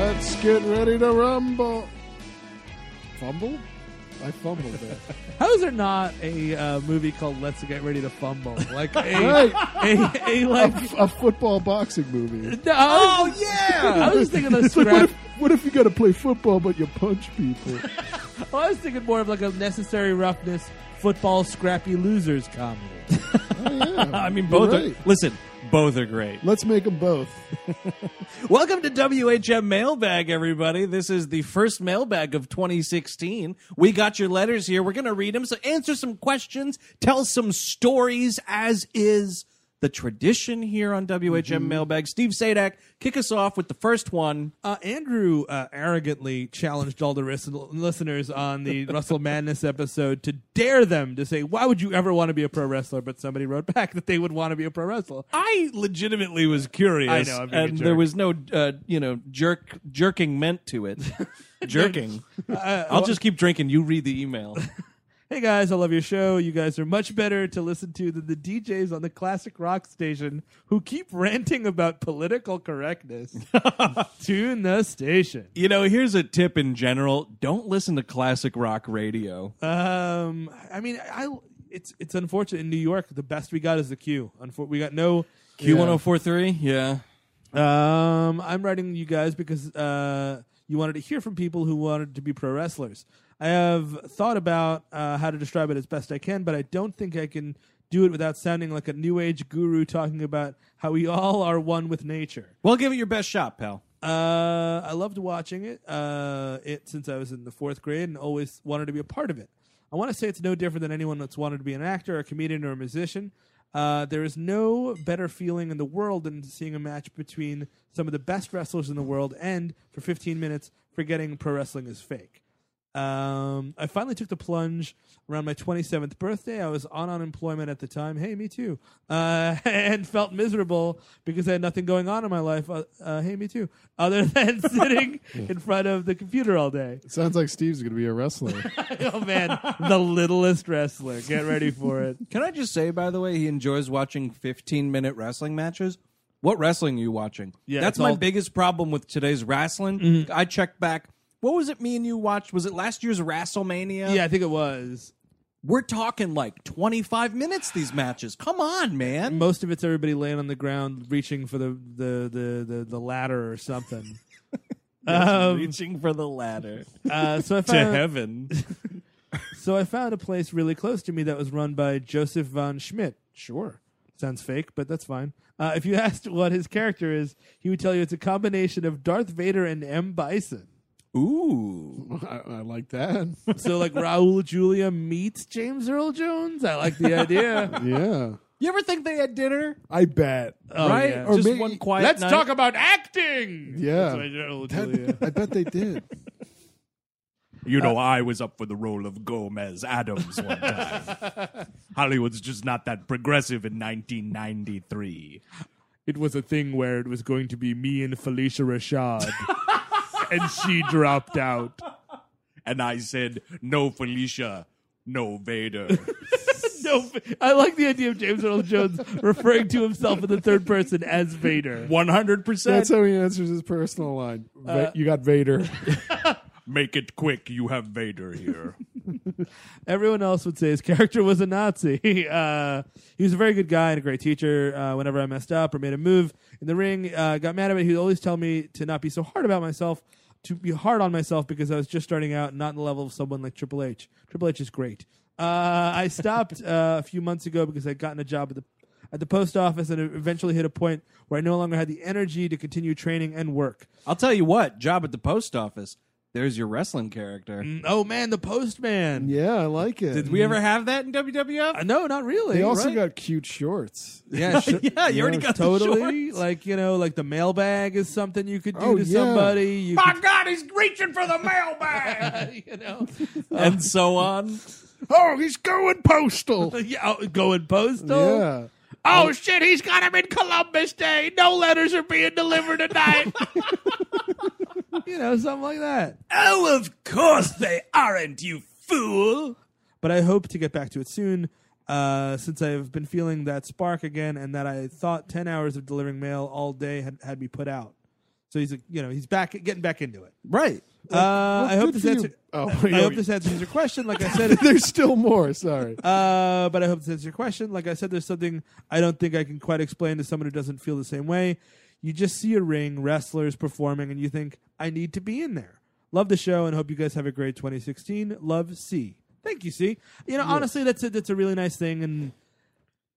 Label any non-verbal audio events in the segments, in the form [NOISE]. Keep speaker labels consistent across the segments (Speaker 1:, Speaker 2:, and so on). Speaker 1: Let's get ready to rumble. Fumble? I fumbled
Speaker 2: [LAUGHS]
Speaker 1: there.
Speaker 2: How is there not a uh, movie called Let's Get Ready to Fumble? Like
Speaker 1: [LAUGHS]
Speaker 2: a,
Speaker 1: right.
Speaker 2: a, a,
Speaker 1: A,
Speaker 2: like.
Speaker 1: f- a football boxing movie.
Speaker 2: No, I was-
Speaker 3: yeah!
Speaker 2: I was
Speaker 1: [LAUGHS]
Speaker 2: thinking of
Speaker 1: It's like, what
Speaker 2: scrap.
Speaker 1: if, what if you got to play football but you punch
Speaker 2: [LAUGHS]
Speaker 1: people?
Speaker 2: I was thinking more of like a necessary roughness football scrappy losers comedy.
Speaker 4: [LAUGHS] I mean, both
Speaker 1: You're right.
Speaker 4: are. Listen, both are great.
Speaker 1: Oh, Let's make them both.
Speaker 4: Welcome to WHM Mailbag, everybody. This is the first mailbag of 2016. We got your letters here. We're going to read them. So answer some questions, tell some stories, as is the tradition here on WHM
Speaker 2: Mm-hmm.
Speaker 4: Mailbag. Steve Sadak, kick us off with the first one.
Speaker 2: Uh, Andrew uh, arrogantly challenged all the ris- listeners on
Speaker 4: [LAUGHS]
Speaker 2: the Russell Madness episode to dare them to say, "Why would you ever want to be a pro wrestler?" But somebody wrote back that they would want to be a pro wrestler.
Speaker 4: I legitimately was curious.
Speaker 2: I know, I'm being a
Speaker 4: and
Speaker 2: jerk.
Speaker 4: there was no, uh, you know, jerk jerking meant
Speaker 2: [LAUGHS]
Speaker 4: to it. [LAUGHS] Uh, jerking. I'll just keep drinking. You read the email.
Speaker 2: Hey guys, I love your show. You guys are much better to listen to than the DJs on the classic rock station who keep ranting about political correctness. Tune the station.
Speaker 4: [LAUGHS] You know, here's a tip in general: don't listen to classic rock radio.
Speaker 2: Um, I mean, I it's it's unfortunate in New York. The best we got is the Q. Unfor- we got no.
Speaker 4: Q1043, yeah.
Speaker 2: Um, I'm writing you guys because uh, you wanted to hear from people who wanted to be pro wrestlers. I have thought about uh, how to describe it as best I can, but I don't think I can do it without sounding like a new age guru talking about how we all are one with nature.
Speaker 4: Well, give it your best shot, pal.
Speaker 2: Uh, I loved watching it. Uh, it since I was in the fourth grade and always wanted to be a part of it. I want to say it's no different than anyone that's wanted to be an actor, a comedian, or a musician. Uh, there is no better feeling in the world than seeing a match between some of the best wrestlers in the world and, for 15 minutes, forgetting pro wrestling is fake. Um, I finally took the plunge around my 27th birthday. I was on unemployment at the time. Hey, me too. Uh, [LAUGHS] and felt miserable because I had nothing going on in my life. Uh, uh, hey, me too. Other [LAUGHS] than sitting in front of the computer all day.
Speaker 1: It sounds like Steve's going to be a wrestler.
Speaker 2: [LAUGHS] Oh man, the littlest wrestler. Get ready for it.
Speaker 4: Can I just say, by the way, he enjoys watching 15 minute wrestling matches? What wrestling are you watching?
Speaker 2: Yeah,
Speaker 4: That's
Speaker 2: it's
Speaker 4: my
Speaker 2: all-
Speaker 4: biggest problem with today's wrestling. I checked back. What was it me and you watched? Was it last year's WrestleMania?
Speaker 2: [LAUGHS] Yeah, I think it was.
Speaker 4: We're talking like 25 minutes, these matches. Come on, man.
Speaker 2: Most of it's everybody laying on the ground, reaching for the the the the, the ladder or something. um,
Speaker 4: Reaching for the ladder
Speaker 2: uh, [LAUGHS] so I
Speaker 4: to
Speaker 2: found,
Speaker 4: heaven.
Speaker 2: So I found a place really close to me that was run by Joseph von Schmidt. Sure. Sounds fake, but that's fine. Uh, if you [LAUGHS] asked what his character is, he would tell you it's a combination of Darth Vader and M. Bison.
Speaker 4: Ooh.
Speaker 1: I, I like that.
Speaker 2: So, [LAUGHS] like, Raul Julia meets James Earl Jones. I like the idea.
Speaker 1: Yeah.
Speaker 4: You ever think they had dinner?
Speaker 1: I bet.
Speaker 2: [LAUGHS] Oh,
Speaker 4: right?
Speaker 2: yeah.
Speaker 4: Or just
Speaker 1: maybe-
Speaker 4: one quiet
Speaker 2: Let's
Speaker 4: night?
Speaker 2: talk about acting.
Speaker 1: Yeah.
Speaker 2: That's what I did, Raul
Speaker 1: That-
Speaker 2: Julia.
Speaker 1: I bet they did.
Speaker 5: You know, I was up for the role of Gomez Adams one time. [LAUGHS] Hollywood's just not that progressive in 1993.
Speaker 2: [LAUGHS] It was a thing where it was going to be me and Felicia [LAUGHS] Rashad, and she dropped out.
Speaker 5: And I said, no Felicia, no Vader. [LAUGHS]
Speaker 2: No, I like the idea of James Earl Jones referring to himself in the third person as Vader.
Speaker 5: 100%.
Speaker 1: That's how he answers his personal line.
Speaker 2: Uh,
Speaker 1: Va- you got
Speaker 2: [LAUGHS]
Speaker 1: Vader.
Speaker 5: Make it quick. You have Vader here.
Speaker 2: Everyone else would say his character was a Nazi. [LAUGHS] Uh, he was a very good guy and a great teacher. Uh, whenever I messed up or made a move in the ring, uh, got mad at me, he'd always tell me to not be so hard about myself, to be hard on myself because I was just starting out, not in the level of someone like Triple H. Triple H is great. Uh, I stopped uh, a few months ago because I'd gotten a job at the at the post office and eventually hit a point where I no longer had the energy to continue training and work.
Speaker 4: I'll tell you what, job at the post office. There's your wrestling character.
Speaker 2: Oh man, the postman.
Speaker 1: Yeah, I like it.
Speaker 4: Did we ever have that in WWF?
Speaker 2: Uh, no, not really.
Speaker 1: They also
Speaker 2: right?
Speaker 1: got cute shorts.
Speaker 2: yeah, sure.
Speaker 4: [LAUGHS] yeah, you already got the
Speaker 2: totally.
Speaker 4: shorts.
Speaker 2: Like you know, like the mailbag is something you could do
Speaker 1: Oh,
Speaker 2: to
Speaker 1: yeah.
Speaker 2: somebody.
Speaker 5: [LAUGHS]
Speaker 2: You
Speaker 5: My God, he's reaching for the mailbag.
Speaker 2: could, you know,
Speaker 4: and so on.
Speaker 1: Oh, he's going
Speaker 2: [LAUGHS]
Speaker 1: postal.
Speaker 2: yeah, oh, going postal.
Speaker 1: yeah.
Speaker 5: [LAUGHS] oh shit, he's got him in Columbus Day. No letters are being delivered tonight.
Speaker 2: You know, something like that.
Speaker 5: oh, of course they aren't, you fool.
Speaker 2: But I hope to get back to it soon. Uh, since I've been feeling that spark again, and that I thought ten hours of delivering mail all day had, had me put out. So he's, a, you know, he's back, getting back into it.
Speaker 4: Right.
Speaker 2: Uh, I hope
Speaker 1: good
Speaker 2: this
Speaker 1: for you.
Speaker 2: answers.
Speaker 1: Oh,
Speaker 2: [LAUGHS] I
Speaker 1: wait,
Speaker 2: hope
Speaker 1: wait.
Speaker 2: this answers your question. Like I
Speaker 1: [LAUGHS]
Speaker 2: said,
Speaker 1: [LAUGHS] There's still more. Sorry.
Speaker 2: Uh, but I hope this answers your question. Like I said, there's something I don't think I can quite explain to someone who doesn't feel the same way. You just see a ring, wrestlers performing, and you think, I need to be in there. Love the show and hope you guys have a great 2016. Love C. Thank you, C. You know, honestly, that's a, that's a really nice thing. And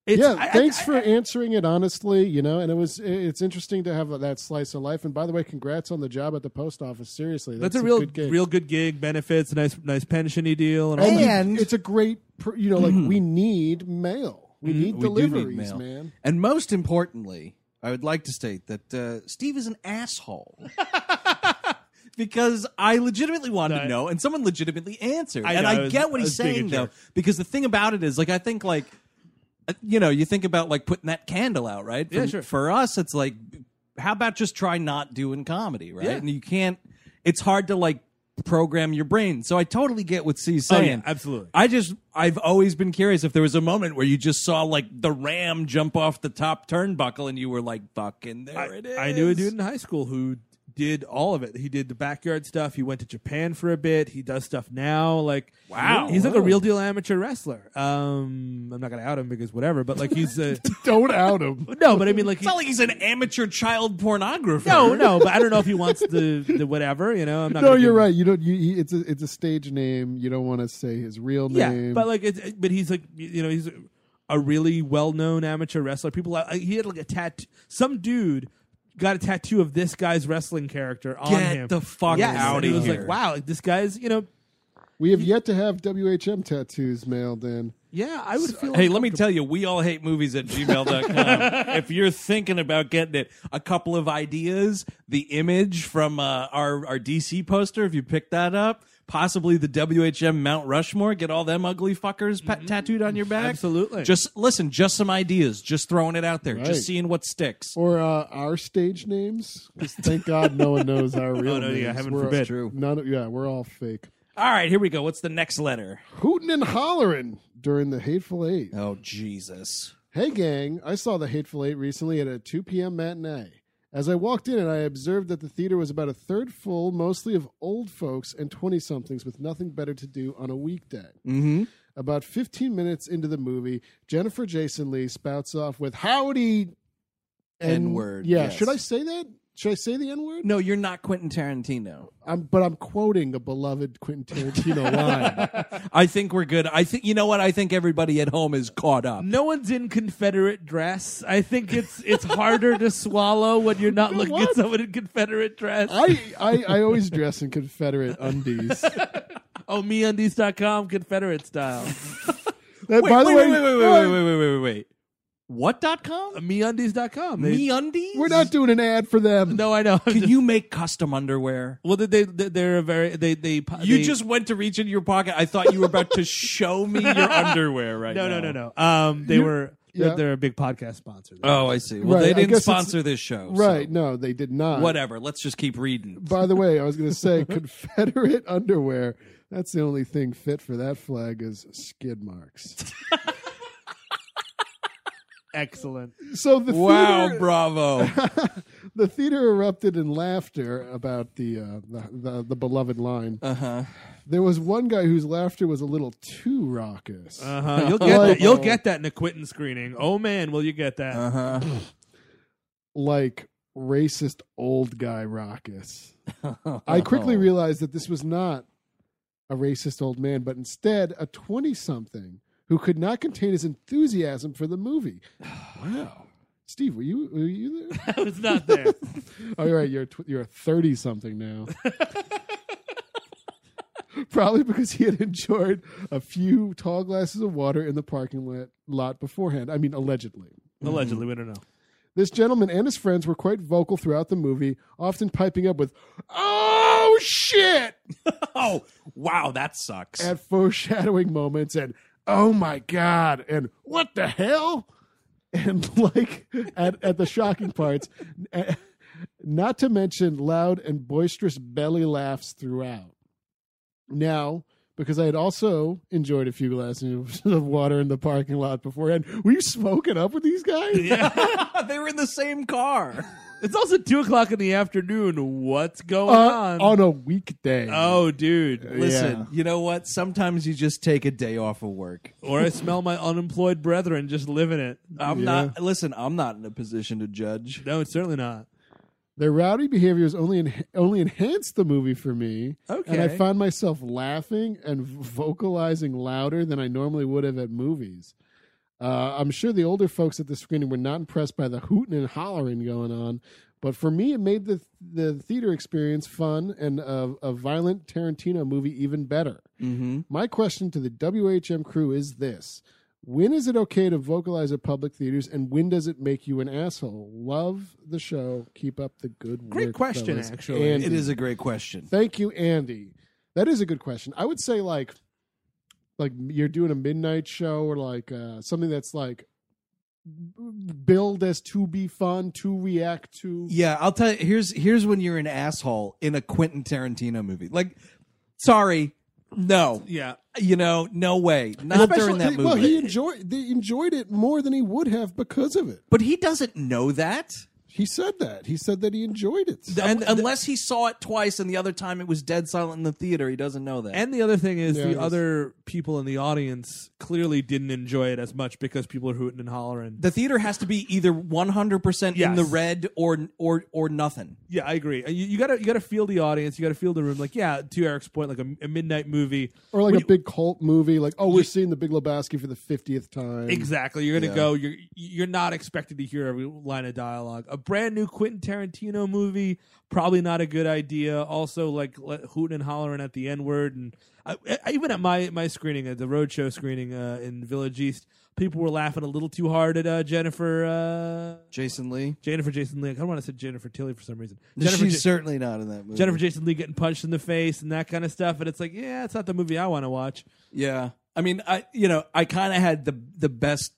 Speaker 2: it's,
Speaker 1: yeah,
Speaker 2: I- I-
Speaker 1: thanks
Speaker 2: I-
Speaker 1: for answering it honestly. You know, and it was it's interesting to have that slice of life. And by the way, congrats on the job at the post office. Seriously,
Speaker 2: that's,
Speaker 1: that's,
Speaker 2: a real,
Speaker 1: good gig.
Speaker 2: real good gig. Benefits, nice, nice pensiony deal, and all
Speaker 1: and,
Speaker 2: that. Oh,
Speaker 4: And-
Speaker 1: it's a great. pr- You know, like
Speaker 2: [CLEARS THROAT]
Speaker 1: we need mail.
Speaker 2: Mm,
Speaker 1: We need
Speaker 4: We do need
Speaker 1: deliveries,
Speaker 4: mail.
Speaker 1: man.
Speaker 4: And most importantly, I would like to state that uh, Steve is an asshole.
Speaker 2: [LAUGHS]
Speaker 4: because I legitimately wanted to know, and someone legitimately answered.
Speaker 2: I
Speaker 4: and
Speaker 2: know,
Speaker 4: I,
Speaker 2: I was-
Speaker 4: get what
Speaker 2: I
Speaker 4: he's
Speaker 2: was being
Speaker 4: saying,
Speaker 2: a
Speaker 4: though,
Speaker 2: jerk.
Speaker 4: because the thing about it is, like, I think, like, uh, you know, you think about, like, putting that candle out, right? For,
Speaker 2: Yeah, sure.
Speaker 4: For us, it's like, how about just try not doing comedy, right?
Speaker 2: Yeah.
Speaker 4: And you can't, it's hard to, like, program your brain. So I totally get what C's
Speaker 2: Oh, yeah,
Speaker 4: saying.
Speaker 2: absolutely.
Speaker 4: I just I've always been curious if there was a moment where you just saw like the ram jump off the top turnbuckle and you were like, "Fucking there it is."
Speaker 2: I, I knew a dude in high school who did all of it. He did the backyard stuff. He went to Japan for a bit. He does stuff now. Like
Speaker 4: Wow.
Speaker 2: he's like a real deal amateur wrestler. Um, I'm not gonna out him because whatever, but like he's
Speaker 4: [LAUGHS]
Speaker 2: a
Speaker 1: Don't out
Speaker 2: [LAUGHS]
Speaker 1: him.
Speaker 2: no. But I mean, like
Speaker 4: It's not like he's an amateur child pornographer.
Speaker 2: no, no. But I don't know if he wants the the whatever. You know, I'm
Speaker 1: [LAUGHS]
Speaker 2: not.
Speaker 1: No,
Speaker 2: gonna give
Speaker 1: you're
Speaker 2: him-
Speaker 1: right. You don't. You, you- it's a it's a stage name. You don't want to say his real name.
Speaker 2: Yeah, but like, it's, but he's like, you know, he's a really well-known amateur wrestler. People, uh, he had like a tattoo. Some dude got a tattoo of this guy's wrestling character on
Speaker 4: Get
Speaker 2: him.
Speaker 4: the fuck
Speaker 2: yes.
Speaker 4: outta
Speaker 2: and It was
Speaker 4: here.
Speaker 2: like, wow, like, this guy's, you know,
Speaker 1: we have yet to have WHM tattoos mailed in.
Speaker 2: yeah, I would feel.
Speaker 4: Hey, let me tell you, we all hate movies at
Speaker 2: [LAUGHS]
Speaker 4: gmail.com. if you're thinking about getting it, a couple of ideas, the image from uh, our, our DC poster, if you pick that up, possibly the WHM Mount Rushmore, get all them ugly fuckers pa- tattooed on your back.
Speaker 2: Mm-hmm. Absolutely.
Speaker 4: Just listen, just some ideas, just throwing it out there,
Speaker 1: Right.
Speaker 4: just seeing what sticks.
Speaker 1: or uh, our stage names. 'Cause thank God no one knows
Speaker 2: [LAUGHS]
Speaker 1: our real
Speaker 2: Oh, no,
Speaker 1: names.
Speaker 2: yeah, heaven
Speaker 1: we're
Speaker 2: forbid. That's
Speaker 4: true.
Speaker 1: None, of- yeah, we're all fake.
Speaker 4: All right, here we go. What's the next letter?
Speaker 1: Hootin' and hollering during the Hateful Eight.
Speaker 4: Oh, Jesus.
Speaker 1: Hey, gang, I saw the Hateful Eight recently at a 2 p.m. matinee. As I walked in, I observed that the theater was about a third full, mostly of old folks and 20 somethings with nothing better to do on a weekday. Mm-hmm. About 15 minutes into the movie, Jennifer Jason Lee spouts off with howdy and-
Speaker 4: N-word,
Speaker 1: Yeah,
Speaker 4: yes.
Speaker 1: should I say that? Should I say the N word?
Speaker 4: No, you're not Quentin Tarantino.
Speaker 1: I'm, but I'm quoting a beloved Quentin Tarantino line.
Speaker 4: I think we're good. I think, you know what? I think everybody at home is caught up.
Speaker 2: No one's in Confederate dress. I think it's it's harder to swallow when you're not looking at
Speaker 1: What?
Speaker 2: someone in Confederate dress.
Speaker 1: I, I, I always dress in Confederate
Speaker 4: [LAUGHS]
Speaker 1: undies. That,
Speaker 2: oh, meundies.com, Confederate
Speaker 4: [LAUGHS]
Speaker 2: style.
Speaker 4: Wait,
Speaker 1: by the
Speaker 4: wait,
Speaker 1: way, uh,
Speaker 4: wait, wait, wait, wait, wait, wait, wait, wait, wait. What dot com?
Speaker 2: meundies.com. They,
Speaker 4: Me undies?
Speaker 1: we're not doing an ad for them.
Speaker 2: no, I know. I'm
Speaker 4: Can
Speaker 2: just-
Speaker 4: you make custom underwear?
Speaker 2: [LAUGHS] well, they, they they're a very they they
Speaker 4: You
Speaker 2: they-
Speaker 4: just went to reach into your pocket. I thought you were about to show
Speaker 5: [LAUGHS]
Speaker 4: me your underwear right
Speaker 2: No,
Speaker 4: now.
Speaker 2: no, no, no. Um, they were
Speaker 1: yeah.
Speaker 2: they're, they're a big podcast sponsor.
Speaker 4: Oh, I see. Well,
Speaker 1: Right,
Speaker 4: they
Speaker 1: I
Speaker 4: didn't
Speaker 1: guess it's-
Speaker 4: sponsor this show. so
Speaker 1: Right, no, they did not.
Speaker 4: Whatever. Let's just keep reading.
Speaker 1: By the way, I was going to say [LAUGHS] Confederate underwear. That's the only thing fit for that flag is skid marks.
Speaker 4: [LAUGHS]
Speaker 2: Excellent.
Speaker 1: So the
Speaker 4: Wow,
Speaker 1: theater, [LAUGHS]
Speaker 4: bravo.
Speaker 1: the theater erupted in laughter about the uh, the, the the beloved line. Uh huh.
Speaker 4: Uh-huh.
Speaker 1: There was one guy whose laughter was a little too raucous.
Speaker 2: Uh-huh. You'll get that.
Speaker 1: Oh.
Speaker 2: You'll get that in a Quentin screening. Oh man, will you get that? [LAUGHS]
Speaker 1: like racist old guy raucous. I quickly realized that this was not a racist old man, but instead a 20 something who could not contain his enthusiasm for the movie. Wow. Steve, were you were you there?
Speaker 2: I was not there.
Speaker 1: oh, you're right. You're tw- you're thirty something now. [LAUGHS] probably because he had enjoyed a few tall glasses of water in the parking lot, lot beforehand. I mean, allegedly.
Speaker 2: Allegedly, we don't know.
Speaker 1: This gentleman and his friends were quite vocal throughout the movie, often piping up with, Oh shit!
Speaker 5: Oh, wow, that sucks.
Speaker 1: [LAUGHS] at foreshadowing moments and, Oh my god! and, What the hell? And like at, at the shocking parts, [LAUGHS] eh, not to mention loud and boisterous belly laughs throughout. Now, because I had also enjoyed a few glasses [LAUGHS] of water in the parking lot beforehand, were you smoking up with these guys?
Speaker 4: [LAUGHS] they were in the same car.
Speaker 2: It's also two o'clock in the afternoon. What's going
Speaker 1: Uh,
Speaker 2: on?
Speaker 1: on a weekday.
Speaker 2: Oh, dude.
Speaker 4: Listen,
Speaker 1: Yeah.
Speaker 4: you know what? Sometimes you just take a day off of work.
Speaker 2: Or I smell my unemployed brethren just living it. Uh,
Speaker 4: I'm
Speaker 1: Yeah.
Speaker 4: not. Listen, I'm not in a position to judge.
Speaker 2: No, it's certainly not.
Speaker 1: Their rowdy behaviors only en- only enhanced the movie for me.
Speaker 2: Okay.
Speaker 1: And I found myself laughing and v- vocalizing louder than I normally would have at movies. Uh, I'm sure the older folks at the screening were not impressed by the hooting and hollering going on, but for me, it made the the theater experience fun and a, a violent Tarantino movie even better.
Speaker 4: Mm-hmm.
Speaker 1: My question to the WHM crew is this. When is it okay to vocalize at public theaters, and when does it make you an asshole? Love the show. Keep up the good work.
Speaker 2: Great question,
Speaker 1: fellas.
Speaker 2: actually.
Speaker 1: Andy.
Speaker 4: It is a great question.
Speaker 1: Thank you, Andy. That is a good question. I would say like, like you're doing a midnight show or like uh, something that's like b- billed as to be fun to react to.
Speaker 4: Yeah, I'll tell you. Here's here's when you're an asshole in a Quentin Tarantino movie. Like, sorry, no,
Speaker 2: Yeah.
Speaker 4: you know, no way, not during that movie.
Speaker 1: Well, he enjoyed they enjoyed it more than he would have because of it.
Speaker 4: but he doesn't know that,
Speaker 1: He said that. He said that he enjoyed it.
Speaker 4: and unless he saw it twice, and the other time it was dead silent in the theater, he doesn't know that.
Speaker 2: And the other thing is,
Speaker 1: Yeah, it is.
Speaker 2: the other people in the audience clearly didn't enjoy it as much because people are hooting and hollering.
Speaker 4: the theater has to be either 100% in
Speaker 2: Yes.
Speaker 4: the red or or or nothing.
Speaker 2: Yeah, I agree. Uh, You, you gotta you gotta feel the audience. You gotta feel the room. Like, yeah, to Eric's point, like a, a midnight movie.
Speaker 1: Or like a big cult movie, like oh, we're seeing the Big Lebowski for the fiftieth time.
Speaker 2: Exactly. You're gonna go. You're you're not expected to hear every line of dialogue. A brand new Quentin Tarantino movie, probably not a good idea. Also, like le- hooting and hollering at the N word, and I, I, even at my my screening, at the roadshow screening uh, in Village East, people were laughing a little too hard at uh, Jennifer. Uh,
Speaker 4: Jason Lee.
Speaker 2: Jennifer Jason Lee. I don't want to say Jennifer Tilly for some reason. Jennifer,
Speaker 4: Jennifer She's
Speaker 2: Ja-
Speaker 4: certainly not in that movie.
Speaker 2: Jennifer Jason Lee getting punched in the face and that kind of stuff. And it's like, yeah, it's not the movie I want to watch.
Speaker 4: Yeah. I mean, I you know, I kind of had the the best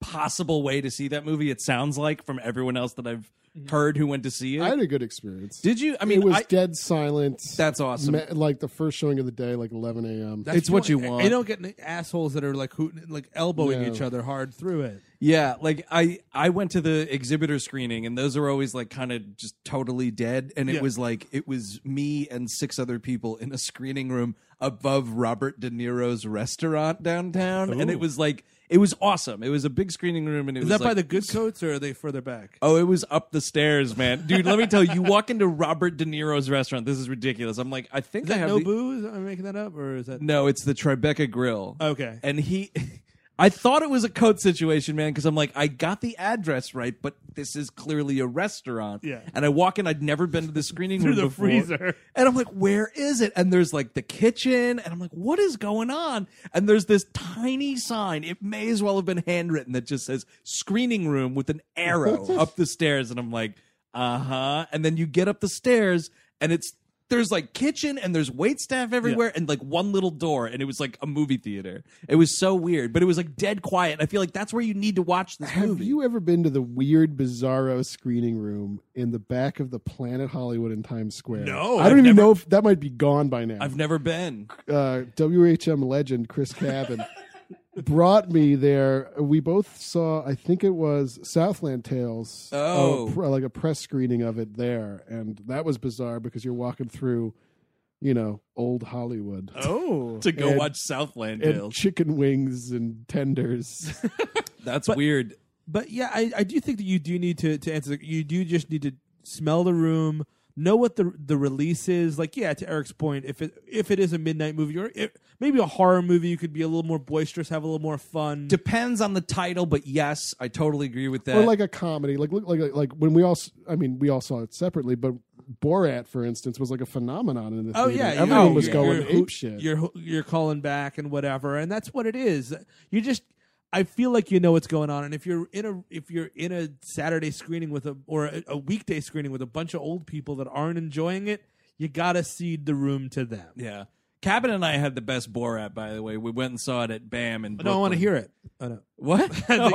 Speaker 4: possible way to see that movie. It sounds like from everyone else that I've
Speaker 2: Mm-hmm.
Speaker 4: heard who went to see it.
Speaker 1: I had a good experience.
Speaker 4: Did you? I
Speaker 1: it
Speaker 4: mean,
Speaker 1: was
Speaker 4: I,
Speaker 1: dead silent.
Speaker 4: that's awesome.
Speaker 1: ma- like the first showing of the day, like eleven a.m.
Speaker 2: That's
Speaker 4: It's what you
Speaker 2: don't-
Speaker 4: want.
Speaker 2: You don't get any assholes that are like hooting, like elbowing
Speaker 1: No.
Speaker 2: each other hard through it.
Speaker 4: Yeah, like I I went to the exhibitor screening and those are always like kind of just totally dead and it
Speaker 2: Yeah.
Speaker 4: was like it was me and six other people in a screening room above Robert De Niro's restaurant downtown and it was like it was awesome. It was a big screening room and it
Speaker 2: Is
Speaker 4: was
Speaker 2: that by
Speaker 4: like-
Speaker 2: the good coats or are they further back?
Speaker 4: Oh, it was up the stairs, man. Dude, let me tell you, you walk into Robert De Niro's restaurant. This is ridiculous. I'm like, I think
Speaker 2: Is that
Speaker 4: I have
Speaker 2: no
Speaker 4: the-
Speaker 2: boo? Is that, am I making that up or is that
Speaker 4: No, it's the Tribeca Grill.
Speaker 2: okay?
Speaker 4: And he [LAUGHS] I thought it was a coat situation, man, because I'm like, I got the address right, but this is clearly a restaurant.
Speaker 2: Yeah.
Speaker 4: And I walk in, I'd never been to the screening room
Speaker 2: the
Speaker 4: before.
Speaker 2: freezer.
Speaker 4: And I'm like, where is it? And there's like the kitchen, and I'm like, what is going on? And there's this tiny sign. It may as well have been handwritten that just says screening room with an
Speaker 1: [LAUGHS]
Speaker 4: arrow up the stairs. And I'm like, uh-huh. And then you get up the stairs and it's there's like kitchen and there's wait staff everywhere and like one little door and it was like a movie theater. It was so weird, but it was like dead quiet. And I feel like that's where you need to watch this
Speaker 1: Have
Speaker 4: movie.
Speaker 1: you ever been to the weird Bizarro screening room in the back of the Planet Hollywood in Times Square?
Speaker 4: No,
Speaker 1: I don't
Speaker 4: I've
Speaker 1: even
Speaker 4: never-
Speaker 1: know if that might be gone by now.
Speaker 4: I've never been.
Speaker 1: uh, WHM legend Chris
Speaker 4: [LAUGHS]
Speaker 1: Cabin brought me there. We both saw, I think it was Southland Tales,
Speaker 4: Oh.
Speaker 1: a pr- like a press screening of it there, and that was bizarre because you're walking through, you know, old Hollywood.
Speaker 2: Oh,
Speaker 4: To go
Speaker 1: And-
Speaker 4: watch Southland
Speaker 1: And
Speaker 4: Tales.
Speaker 1: chicken wings and tenders.
Speaker 4: That's weird.
Speaker 2: but yeah, I, I do think that you do need to to answer. the- You do just need to smell the room, know what the the release is. Like yeah, to Eric's point, if it if it is a midnight movie or if, maybe a horror movie, you could be a little more boisterous, have a little more fun.
Speaker 4: Depends on the title, but yes, I totally agree with that.
Speaker 1: or like a comedy, like look like like when we all, s- I mean, we all saw it separately, but Borat, for instance, was like a phenomenon in the
Speaker 2: Oh
Speaker 1: theater.
Speaker 2: yeah, you-
Speaker 1: everyone
Speaker 2: oh,
Speaker 1: was
Speaker 2: yeah.
Speaker 1: going
Speaker 2: you're,
Speaker 1: ape shit.
Speaker 2: You're you're calling back and whatever, and that's what it is. You just I feel like you know what's going on, and if you're in a if you're in a Saturday screening with a or a, a weekday screening with a bunch of old people that aren't enjoying it, you gotta cede the room to them.
Speaker 4: Yeah. Cabin and I had the best Borat, by the way. We went and saw it at BAM and
Speaker 2: I don't want to hear it. Oh, no. [LAUGHS]
Speaker 4: What? oh,
Speaker 2: think you're impressed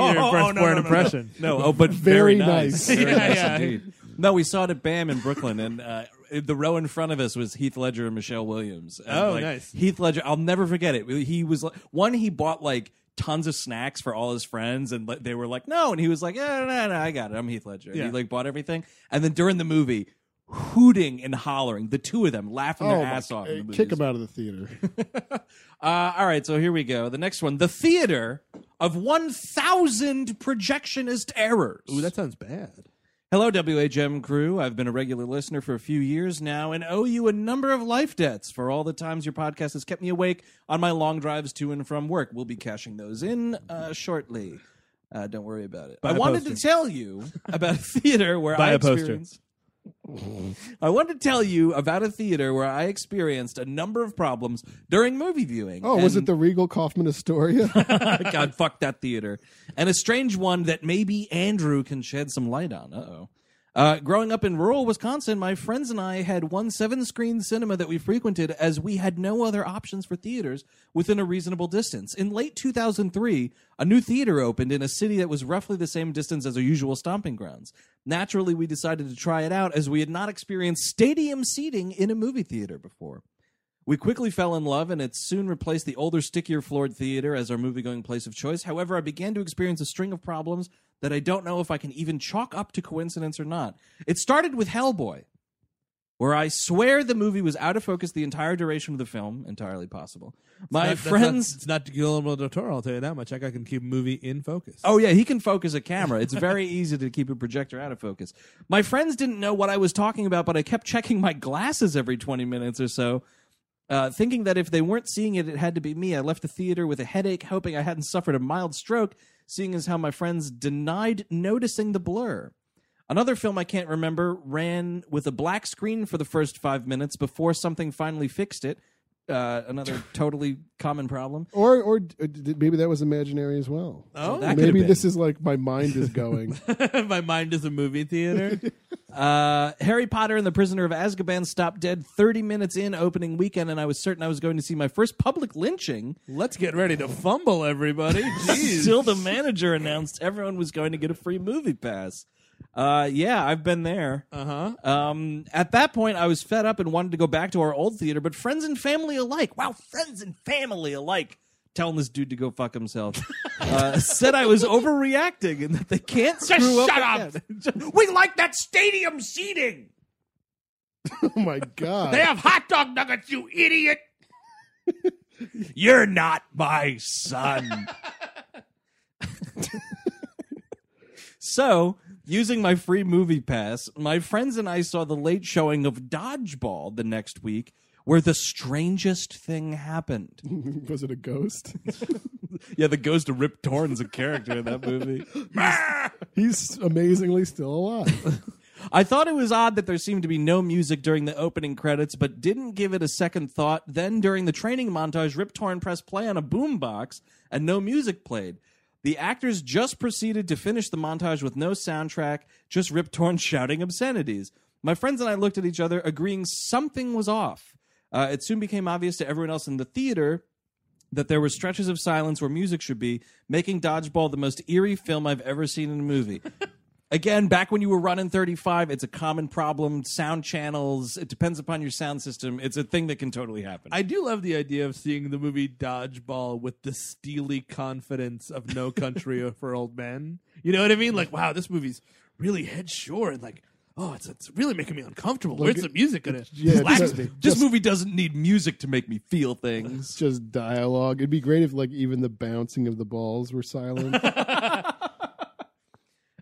Speaker 2: for an
Speaker 4: no,
Speaker 2: impression.
Speaker 4: No, oh, but
Speaker 1: Very
Speaker 4: very, nice.
Speaker 1: nice.
Speaker 4: Very nice indeed. No, we saw it at BAM in Brooklyn, and uh, the row in front of us was Heath Ledger and Michelle Williams. And,
Speaker 2: Oh,
Speaker 4: like,
Speaker 2: nice.
Speaker 4: Heath Ledger, I'll never forget it. He was like, one, he bought like tons of snacks for all his friends, and like, they were like, no. And he was like, yeah, no, no, I got it. I'm Heath Ledger. And
Speaker 2: Yeah.
Speaker 4: he like bought everything. And then during the movie, hooting and hollering, the two of them laughing
Speaker 1: oh,
Speaker 4: their
Speaker 1: my-
Speaker 4: ass off. in the
Speaker 1: kick
Speaker 4: movies.
Speaker 1: them out of the theater.
Speaker 4: Uh, all right, so here we go. The next one, the theater of 1,000 projectionist errors.
Speaker 2: Ooh, that sounds bad.
Speaker 4: Hello, WHM crew. I've been a regular listener for a few years now and owe you a number of life debts for all the times your podcast has kept me awake on my long drives to and from work. We'll be cashing those in uh, shortly. Uh, don't worry about it. I
Speaker 2: a
Speaker 4: wanted
Speaker 2: poster.
Speaker 4: to tell you [LAUGHS] about a theater where
Speaker 5: Buy
Speaker 4: I
Speaker 5: a poster.
Speaker 4: experienced. I wanted to tell you about a theater where I experienced a number of problems during movie viewing.
Speaker 1: [LAUGHS] Oh, was
Speaker 4: and-
Speaker 1: it the Regal Kaufman
Speaker 4: [LAUGHS]
Speaker 1: Astoria?
Speaker 4: God, fuck that theater. And a strange one that maybe Andrew can shed some light on. Uh-oh. Uh, growing up in rural Wisconsin, my friends and I had one seven screen cinema that we frequented as we had no other options for theaters within a reasonable distance. In late 2003, a new theater opened in a city that was roughly the same distance as our usual stomping grounds. Naturally, we decided to try it out as we had not experienced stadium seating in a movie theater before. We quickly fell in love, and it soon replaced the older, stickier floored theater as our movie going place of choice. However, I began to experience a string of problems that I don't know if I can even chalk up to coincidence or not. It started with Hellboy, where I swear the movie was out of focus the entire duration of the film, entirely possible. My
Speaker 2: That- that's not-
Speaker 4: friends.
Speaker 2: it's not Guillermo del Toro. I'll tell you that much. That guy can keep a movie in focus.
Speaker 4: Oh yeah, he can focus a camera. It's very easy to keep a projector out of focus. My friends didn't know what I was talking about, but I kept checking my glasses every 20 minutes or so, uh, thinking that if they weren't seeing it, it had to be me. I left the theater with a headache, hoping I hadn't suffered a mild stroke, seeing as how my friends denied noticing the blur. Another film I can't remember ran with a black screen for the first five minutes before something finally fixed it. Uh, another totally common problem.
Speaker 1: or or did, maybe that was imaginary as well.
Speaker 2: Oh,
Speaker 4: That could've
Speaker 1: maybe
Speaker 4: been.
Speaker 1: this is like my mind is going.
Speaker 2: [LAUGHS] my mind is a movie theater.
Speaker 4: Uh, Harry Potter and the Prisoner of Azkaban stopped dead 30 minutes in opening weekend, and I was certain I was going to see my first public lynching.
Speaker 2: Let's get ready to fumble, everybody. Jeez.
Speaker 4: Still, the manager announced everyone was going to get a free movie pass. Uh, yeah, I've been there.
Speaker 2: Uh-huh.
Speaker 4: Um, at that point, I was fed up and wanted to go back to our old theater, but friends and family alike, wow, friends and family alike, telling this dude to go
Speaker 2: [LAUGHS]
Speaker 4: fuck himself, uh, said I was overreacting and that they can't screw up.
Speaker 5: [LAUGHS]
Speaker 4: again.
Speaker 5: we like that stadium seating.
Speaker 1: oh my god!
Speaker 5: have hot dog nuggets, you
Speaker 4: [LAUGHS]
Speaker 5: idiot. You're not my son.
Speaker 4: So, using my free movie pass, my friends and I saw the late showing of Dodgeball the next week, where the strangest thing happened.
Speaker 1: [LAUGHS] was it a ghost? [LAUGHS]
Speaker 4: yeah, the ghost of Rip Torn's a character in that movie.
Speaker 1: He's amazingly still alive.
Speaker 4: I thought it was odd that there seemed to be no music during the opening credits, but didn't give it a second thought. Then, during the training montage, Rip Torn pressed play on a boombox and no music played. The actors just proceeded to finish the montage with no soundtrack, just Rip Torn [LAUGHS] shouting obscenities. My friends and I looked at each other, agreeing something was off. Uh, it soon became obvious to everyone else in the theater that there were stretches of silence where music should be, making Dodgeball the most eerie film I've ever seen in a movie. Again, back when you were running 35, it's a common problem. Sound channels, it depends upon your sound system. It's a thing that can totally happen.
Speaker 2: I do love the idea of seeing the movie Dodgeball with the steely confidence of
Speaker 1: [LAUGHS]
Speaker 2: No Country for Old Men. You know what I mean? Like, wow, this movie's really head sure and like, oh, it's, it's really making me uncomfortable. Where's the music gonna?
Speaker 1: yeah,
Speaker 2: Slack-
Speaker 1: just-
Speaker 4: this movie doesn't need music to make me feel things.
Speaker 1: It's just dialogue. It'd be great if like even the bouncing of the balls were silent.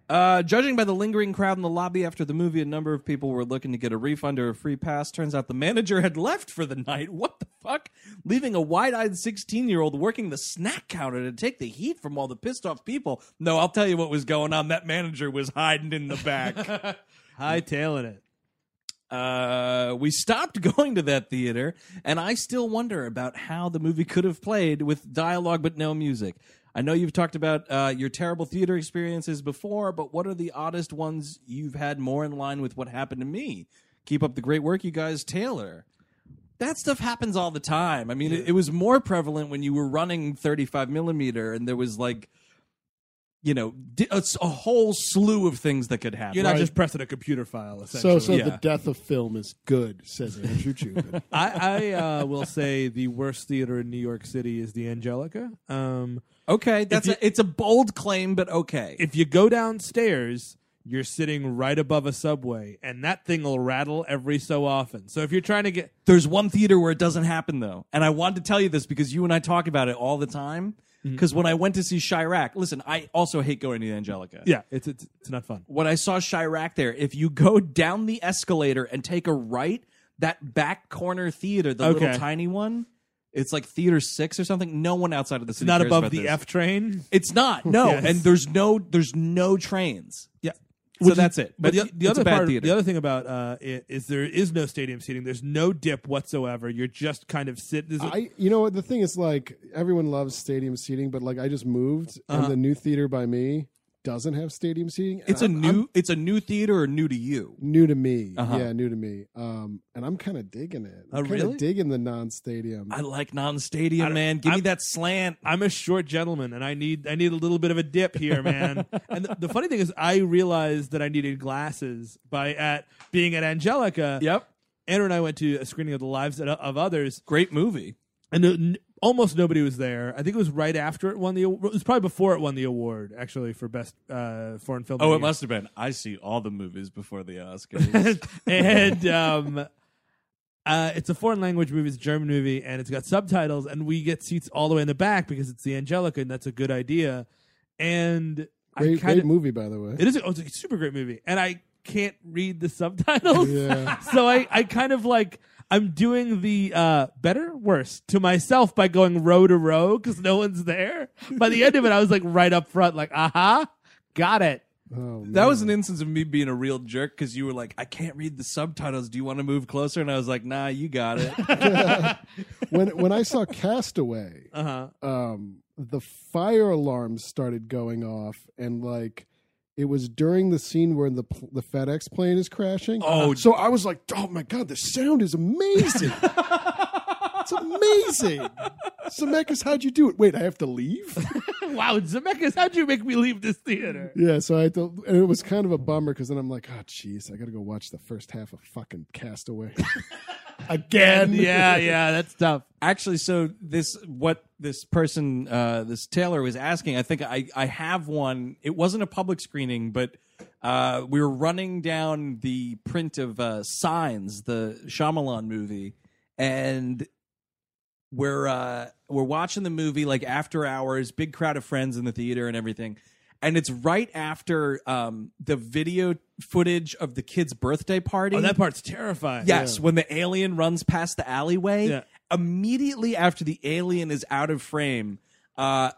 Speaker 4: Uh, judging by the lingering crowd in the lobby after the movie, a number of people were looking to get a refund or a free pass. Turns out the manager had left for the night. [LAUGHS] What the fuck? Leaving a wide eyed 16 year old working the snack counter to take the heat from all the pissed off people. No, I'll tell you what was going on. That manager was hiding in the back.
Speaker 2: High tailing it.
Speaker 4: Uh, we stopped [LAUGHS] going to that theater, and I still wonder about how the movie could have played with dialogue but no music. I know you've talked about uh, your terrible theater experiences before, but what are the oddest ones you've had more in line with what happened to me? Keep up the great work, you guys. Taylor that stuff happens all the time. I mean, it, it was more prevalent when you were running 35 millimeter and there was like, you know, di- a, s- a whole slew of things that could happen.
Speaker 2: You're not just pressing a computer file,
Speaker 1: So,
Speaker 2: essentially.
Speaker 1: so
Speaker 4: Yeah.
Speaker 1: the death of film is good, says
Speaker 4: [LAUGHS]
Speaker 1: Andrew Jubin.
Speaker 2: I, I uh, will say the worst theater in New York City is the Angelica. Um,
Speaker 4: okay, that's
Speaker 2: you-
Speaker 4: a, it's a bold claim, but okay.
Speaker 2: if you go downstairs, you're sitting right above a subway, and that thing will rattle every so often. So if you're trying to get
Speaker 4: There's one theater where it doesn't happen though, and I wanted to tell you this because you and I talk about it all the time. Because when I went to see Chirac, listen, I also hate going to the Angelica.
Speaker 2: yeah, it's it's, it's not fun.
Speaker 4: when I saw Chirac there, if you go down the escalator and take a right, that back corner theater, the
Speaker 2: Okay.
Speaker 4: little tiny one, it's like theater six or something. No one outside of the city.
Speaker 2: Not
Speaker 4: cares
Speaker 2: above
Speaker 4: about
Speaker 2: the
Speaker 4: this.
Speaker 2: F train.
Speaker 4: It's not. [LAUGHS] No,
Speaker 2: Yes.
Speaker 4: and there's no there's no trains.
Speaker 2: Yeah.
Speaker 4: So that's it.
Speaker 2: But the,
Speaker 4: But
Speaker 2: the
Speaker 4: it's
Speaker 2: other
Speaker 4: a bad
Speaker 2: part,
Speaker 4: theater.
Speaker 2: the other thing about uh, it is there is no stadium seating. There's no dip whatsoever. You're just kind of sit. there's a-
Speaker 1: I, you know what? The thing is, like, everyone loves stadium seating, but like, I just moved, and the new theater by me doesn't have stadium seating. and
Speaker 4: Uh-huh. It's a
Speaker 1: I'm-
Speaker 4: new it's a new theater or new to you.
Speaker 1: new to me. Yeah, new to me. Um, and I'm kind of digging it. I'm
Speaker 4: Oh,
Speaker 1: kinda
Speaker 4: really?
Speaker 1: Digging the non-stadium.
Speaker 4: I like non-stadium, man. Give me
Speaker 2: I'm-
Speaker 4: that slant.
Speaker 2: I'm a short gentleman, and I need I need a little bit of a dip here,
Speaker 4: [LAUGHS]
Speaker 2: man. and the, the funny thing is, I realized that I needed glasses by at being at Angelica.
Speaker 4: Yep.
Speaker 2: Andrew and I went to a screening of The Lives of- of Others,
Speaker 4: Great movie.
Speaker 2: and uh, n- almost nobody was there. I think it was right after it won the. aw- It was probably before it won the award, actually, for best uh, foreign film. of the year.
Speaker 4: Oh, have been. [LAUGHS] I see all the movies before the
Speaker 2: [LAUGHS]
Speaker 4: Oscars.
Speaker 2: and um, uh, it's a foreign language movie. It's a German movie, and it's got subtitles. And we get seats all the way in the back because it's the Angelica, and that's a good idea. And
Speaker 1: great,
Speaker 2: I kind
Speaker 1: great
Speaker 2: of
Speaker 1: movie, by the way.
Speaker 2: it is a, oh, it's a super great movie, and I can't read the subtitles,
Speaker 1: Yeah.
Speaker 2: [LAUGHS] so I I kind of like. I'm doing the uh, better, worse to myself by going row to row because no one's there. By the end of it, I was like right up front, like, aha, got it.
Speaker 1: oh,
Speaker 4: That was an instance of me being a real jerk because you were like, I can't read the subtitles. Do you want to move closer? And I was like, nah, you got it.
Speaker 1: when when I saw Castaway,
Speaker 2: Uh-huh.
Speaker 1: um, the fire alarms started going off, and like it was during the scene where the pl- the FedEx plane is crashing.
Speaker 4: Oh.
Speaker 1: so I was like, oh my god, the sound is
Speaker 2: [LAUGHS]
Speaker 1: amazing. It's amazing. Zemeckis, how'd you do it? Wait, I have to leave?
Speaker 2: [LAUGHS] Wow, Zemeckis, how'd you make me leave this theater?
Speaker 1: yeah, so I had to, and it was kind of a bummer because then I'm like, oh, jeez, I got to go watch the first half of fucking
Speaker 2: [LAUGHS]
Speaker 1: Castaway.
Speaker 2: again. [LAUGHS] yeah, yeah, that's tough.
Speaker 4: actually so this what this person uh this taylor was asking i think i i have one it wasn't a public screening but uh we were running down the print of uh signs the Shyamalan movie and we're uh we're watching the movie like after hours big crowd of friends in the theater and everything and it's right after um the video footage of the kid's birthday party
Speaker 2: Oh, that part's terrifying.
Speaker 4: Yes, when the alien runs past the alleyway,
Speaker 2: Yeah.
Speaker 4: immediately after the alien is out of frame, uh,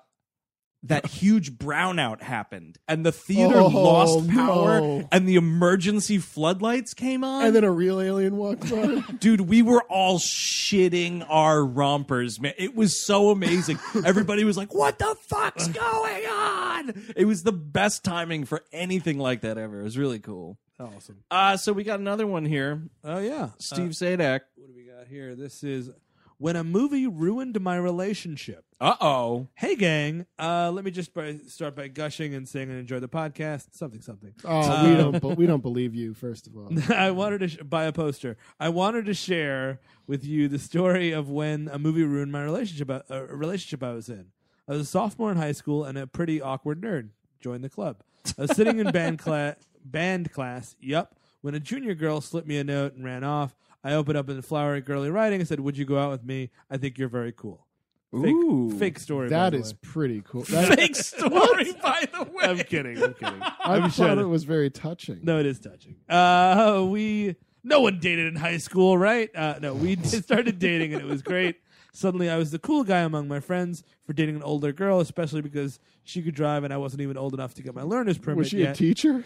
Speaker 4: that huge brownout happened, and the theater
Speaker 1: Oh,
Speaker 4: lost power,
Speaker 1: no.
Speaker 4: and the emergency floodlights came on.
Speaker 1: and then a real alien walks by.
Speaker 4: Dude, we were all shitting our rompers, man. It was
Speaker 1: [LAUGHS]
Speaker 4: so amazing. Everybody was like, "What the fuck's going on?" It was the best timing for anything like that ever. It was really cool.
Speaker 2: Awesome.
Speaker 4: Uh, so we got another one here.
Speaker 2: Oh yeah.
Speaker 4: Steve Sadak.
Speaker 2: What do we got here? This is when a movie ruined my relationship.
Speaker 4: Uh oh.
Speaker 2: Hey gang, uh, let me just by, start by gushing and saying I enjoy the podcast. Something, something.
Speaker 1: Oh,
Speaker 2: Uh,
Speaker 1: we don't be- we don't believe you. First
Speaker 2: [LAUGHS]
Speaker 1: of all,
Speaker 2: I wanted to sh- buy a poster. I wanted to share with you the story of when a movie ruined my relationship. uh, A relationship I was in. I was a sophomore in high school and a pretty awkward nerd. Joined the club. I was sitting in band class. [LAUGHS] Band class. Yup. When a junior girl slipped me a note and ran off, I opened up in flowery girly writing and said, "Would you go out with me? I think you're very cool." Fake, fake story. by
Speaker 1: that
Speaker 2: the
Speaker 1: is
Speaker 2: way.
Speaker 1: pretty cool.
Speaker 2: [LAUGHS]
Speaker 1: That, [LAUGHS]
Speaker 4: Big story, by the way.
Speaker 2: I'm kidding. I'm kidding.
Speaker 1: I thought
Speaker 2: sure.
Speaker 1: it was very touching.
Speaker 2: No, it is touching. [LAUGHS] Uh, we no one dated in high school, right? Uh, no, we started dating and it was great. Suddenly, I was the cool guy among my friends for dating an older girl, especially because she could drive and I wasn't even old enough to get my learner's permit
Speaker 1: Was she a
Speaker 2: yet. [LAUGHS]
Speaker 1: teacher?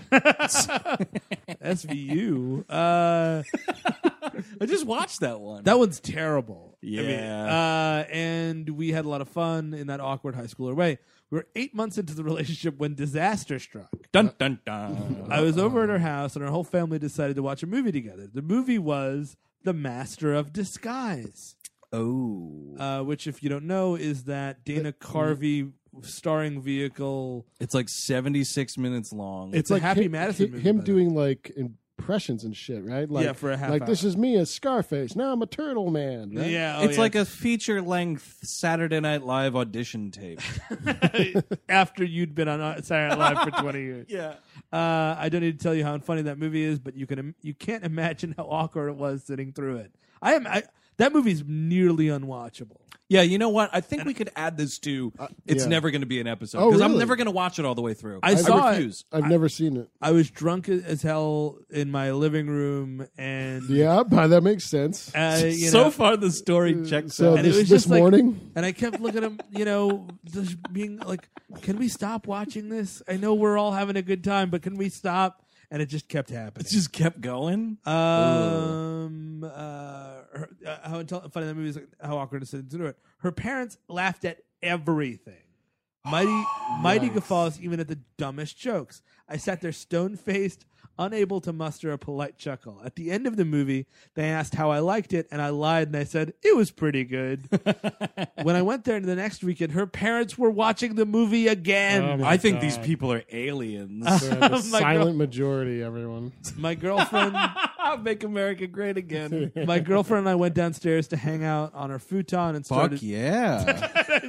Speaker 2: SVU. Uh,
Speaker 4: I just watched that one.
Speaker 2: that one's terrible. I mean,
Speaker 4: Yeah.
Speaker 2: uh, and we had a lot of fun in that awkward high schooler way. We were eight months into the relationship when disaster struck.
Speaker 4: dun dun dun.
Speaker 2: I was over at her house, and her whole family decided to watch a movie together. The movie was The Master of Disguise,
Speaker 4: oh,
Speaker 2: uh, which, if you don't know, is that Dana Carvey starring vehicle.
Speaker 4: it's like seventy six minutes long.
Speaker 2: It's a Happy
Speaker 1: him,
Speaker 2: Madison
Speaker 1: hi-
Speaker 2: movie,
Speaker 1: him
Speaker 2: by the
Speaker 1: doing like impressions and shit, right? Like,
Speaker 2: Yeah, for a half
Speaker 1: Like this
Speaker 2: hour.
Speaker 1: is me as Scarface. Now I'm a turtle man. Right?
Speaker 2: Yeah,
Speaker 4: it's like a feature length Saturday Night Live audition tape.
Speaker 2: [LAUGHS] after you'd been on uh, Saturday Night Live for twenty years.
Speaker 4: yeah.
Speaker 2: Uh, I don't need to tell you how unfunny that movie is, but you can im- you can't imagine how awkward it was sitting through it. I am I, that movie's nearly unwatchable.
Speaker 4: [LAUGHS] Yeah, you know what? I think we could add this to it's
Speaker 1: yeah.
Speaker 4: never going to be an episode
Speaker 1: Oh,
Speaker 4: because I'm
Speaker 1: really?
Speaker 4: never going to watch it all the way through.
Speaker 2: I saw it.
Speaker 4: refuse.
Speaker 1: I've never seen it.
Speaker 2: I was drunk as- as hell in my living room, and
Speaker 1: Yeah, [LAUGHS] but that makes sense.
Speaker 2: uh, you
Speaker 4: so
Speaker 2: know,
Speaker 4: far, the story checks
Speaker 1: So
Speaker 4: out.
Speaker 2: it was
Speaker 1: this,
Speaker 2: just
Speaker 1: this
Speaker 2: like-
Speaker 1: morning,
Speaker 2: And I kept looking at him, you know, just being like, "Can we stop watching this? I know we're all having a good time, but can we stop?" And it just kept happening.
Speaker 4: It just kept going.
Speaker 2: Um, uh, her, uh, how intel- funny that movie is, like, how awkward it is to do it. Her parents laughed at everything. Mighty, mighty guffaws even at the dumbest jokes. I sat there stone faced, unable to muster a polite chuckle. At the end of the movie, they asked how I liked it, and I lied and I said, it was pretty good. when I went there the next weekend, her parents were watching the movie again.
Speaker 1: Oh
Speaker 4: I think these people are aliens.
Speaker 1: [LAUGHS] Yeah, the
Speaker 2: my
Speaker 1: silent Oh majority. Everyone,
Speaker 2: My girlfriend.
Speaker 4: [LAUGHS] Make America great again.
Speaker 2: [LAUGHS] my girlfriend and I went downstairs to hang out on her futon and started
Speaker 4: Fuck yeah.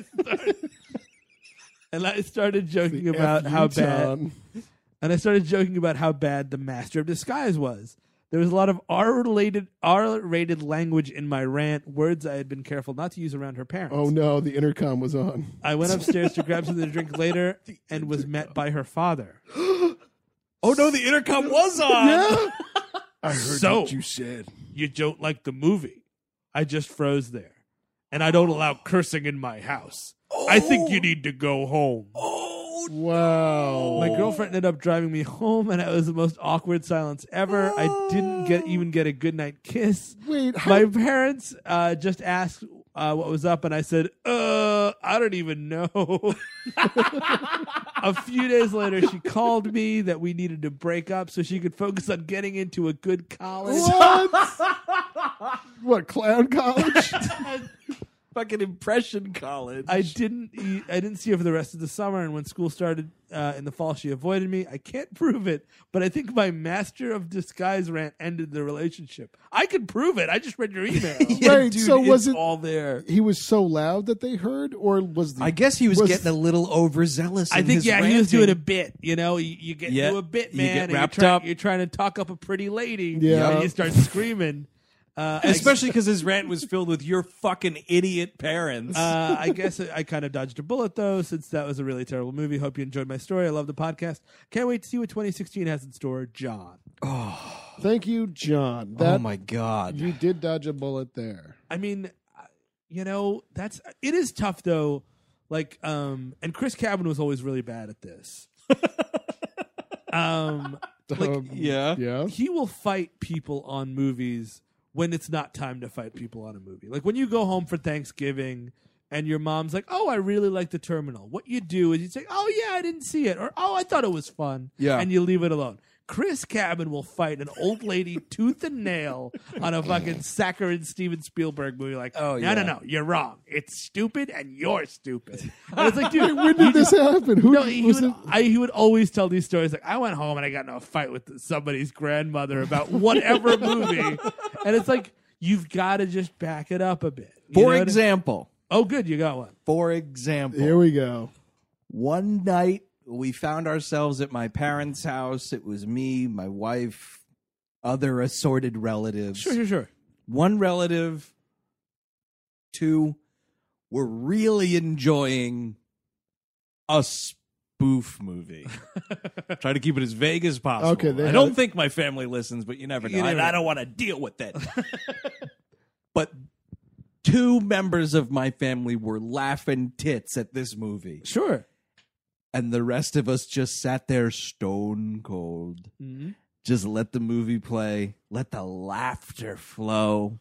Speaker 2: and I started joking about how bad
Speaker 1: Utah.
Speaker 2: and I started joking about how bad the master of disguise was. There was a lot of R-related R-rated language in my rant, words I had been careful not to use around her parents.
Speaker 1: Oh no, the intercom was on.
Speaker 2: I went upstairs to grab something to
Speaker 1: [LAUGHS]
Speaker 2: drink later and was met by her father.
Speaker 4: oh no, the intercom was on.
Speaker 1: I heard
Speaker 2: So-
Speaker 1: what you said.
Speaker 2: You don't like the movie. I just froze there. And I don't allow cursing in my house. I think
Speaker 1: Oh.
Speaker 2: you need to go home.
Speaker 1: Wow.
Speaker 2: My girlfriend ended up driving me home, and it was the most awkward silence ever. I didn't get even get a goodnight kiss.
Speaker 1: Oh. Wait,
Speaker 4: [LAUGHS]
Speaker 1: how-
Speaker 2: my parents uh, just asked uh, what was up, and I said, "Uh, I don't even know." [LAUGHS] a few days later, she called me that we needed to break up so she could focus on getting into a good college.
Speaker 1: What? what clown college?
Speaker 4: [LAUGHS] Fucking impression college.
Speaker 2: I didn't. e- I didn't see her for the rest of the summer, and when school started uh, in the fall, she avoided me. I can't prove it, but I think my master of disguise rant ended the relationship. I can prove it. I just read your
Speaker 4: [LAUGHS]
Speaker 2: email.
Speaker 4: [LAUGHS] Yeah,
Speaker 1: Wait, so was
Speaker 4: it's
Speaker 1: it-
Speaker 4: all there?
Speaker 1: he was so loud that they heard, or was the?
Speaker 4: I guess he was,
Speaker 1: Was-
Speaker 4: getting a little overzealous.
Speaker 2: I
Speaker 4: in
Speaker 2: think
Speaker 4: his
Speaker 2: yeah, he was doing a
Speaker 4: ranting.
Speaker 2: bit. You know, you, you get
Speaker 4: Yeah,
Speaker 2: into a bit,
Speaker 4: you
Speaker 2: man.
Speaker 4: get
Speaker 2: and you're
Speaker 4: wrapped
Speaker 2: trying-
Speaker 4: up.
Speaker 2: You're trying to talk up a pretty lady,
Speaker 1: Yeah.
Speaker 2: and you start screaming. Uh, I-
Speaker 4: Especially because his rant was filled with your fucking idiot parents.
Speaker 2: uh, I guess I kind of dodged a bullet though, since that was a really terrible movie. Hope you enjoyed my story. I love the podcast. Can't wait to see what 2016 has in store, John.
Speaker 1: Thank you, John. That
Speaker 4: oh my god.
Speaker 1: you did dodge a bullet there.
Speaker 2: I mean, I- you know, that's it is tough though. Like, um, and Chris Cabin was always really bad at this. um, like
Speaker 1: Um,
Speaker 4: yeah.
Speaker 1: yeah.
Speaker 2: he will fight people on movies when it's not time to fight people on a movie. Like when you go home for Thanksgiving and your mom's like, "Oh, I really like the Terminal." What you do is you say, "Oh yeah, I didn't see it," or "Oh, I thought it was fun,"
Speaker 4: Yeah.
Speaker 2: and you leave it alone. Chris Cabin will fight an old
Speaker 4: [LAUGHS]
Speaker 2: lady tooth and nail on a fucking saccharine Steven Spielberg movie. Like,
Speaker 4: Oh,
Speaker 2: no, no,
Speaker 4: yeah.
Speaker 2: no, you're wrong. It's stupid, and you're
Speaker 4: [LAUGHS]
Speaker 2: stupid. And it's like, dude,
Speaker 1: When did this happen? Who
Speaker 2: no, he
Speaker 1: was
Speaker 2: would,
Speaker 1: it?
Speaker 2: I, he would always tell these stories. Like, I went home and I got in a fight with somebody's grandmother
Speaker 4: [LAUGHS]
Speaker 2: about whatever movie. And it's like, you've got to just back it up a bit. You know
Speaker 4: For
Speaker 2: what I-
Speaker 4: example,
Speaker 2: Oh, good. You got one.
Speaker 4: for example,
Speaker 1: Here we go.
Speaker 4: one night we found ourselves at my parents' house. It was me, my wife, other assorted relatives.
Speaker 2: Sure, sure, sure.
Speaker 4: One relative, two were really enjoying a spoof movie. Try to keep it as vague as possible.
Speaker 1: Okay, they
Speaker 4: I
Speaker 1: had
Speaker 4: don't
Speaker 1: it.
Speaker 4: think my family listens, but you never know.
Speaker 2: never
Speaker 4: I, I don't want to deal with it. [LAUGHS] but two members of my family were laughing tits at this movie,
Speaker 2: Sure.
Speaker 4: and the rest of us just sat there stone cold. Just let the movie play, let the laughter flow.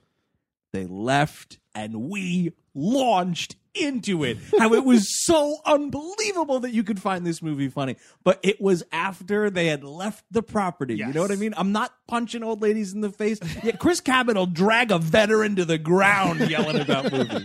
Speaker 4: They left, and we launched into it. How it was so unbelievable that you could find this movie funny, but it was after they had left the property. You know what I mean? I'm not punching old ladies in the face. Yet Chris Cabot will drag a veteran to the ground yelling about movies.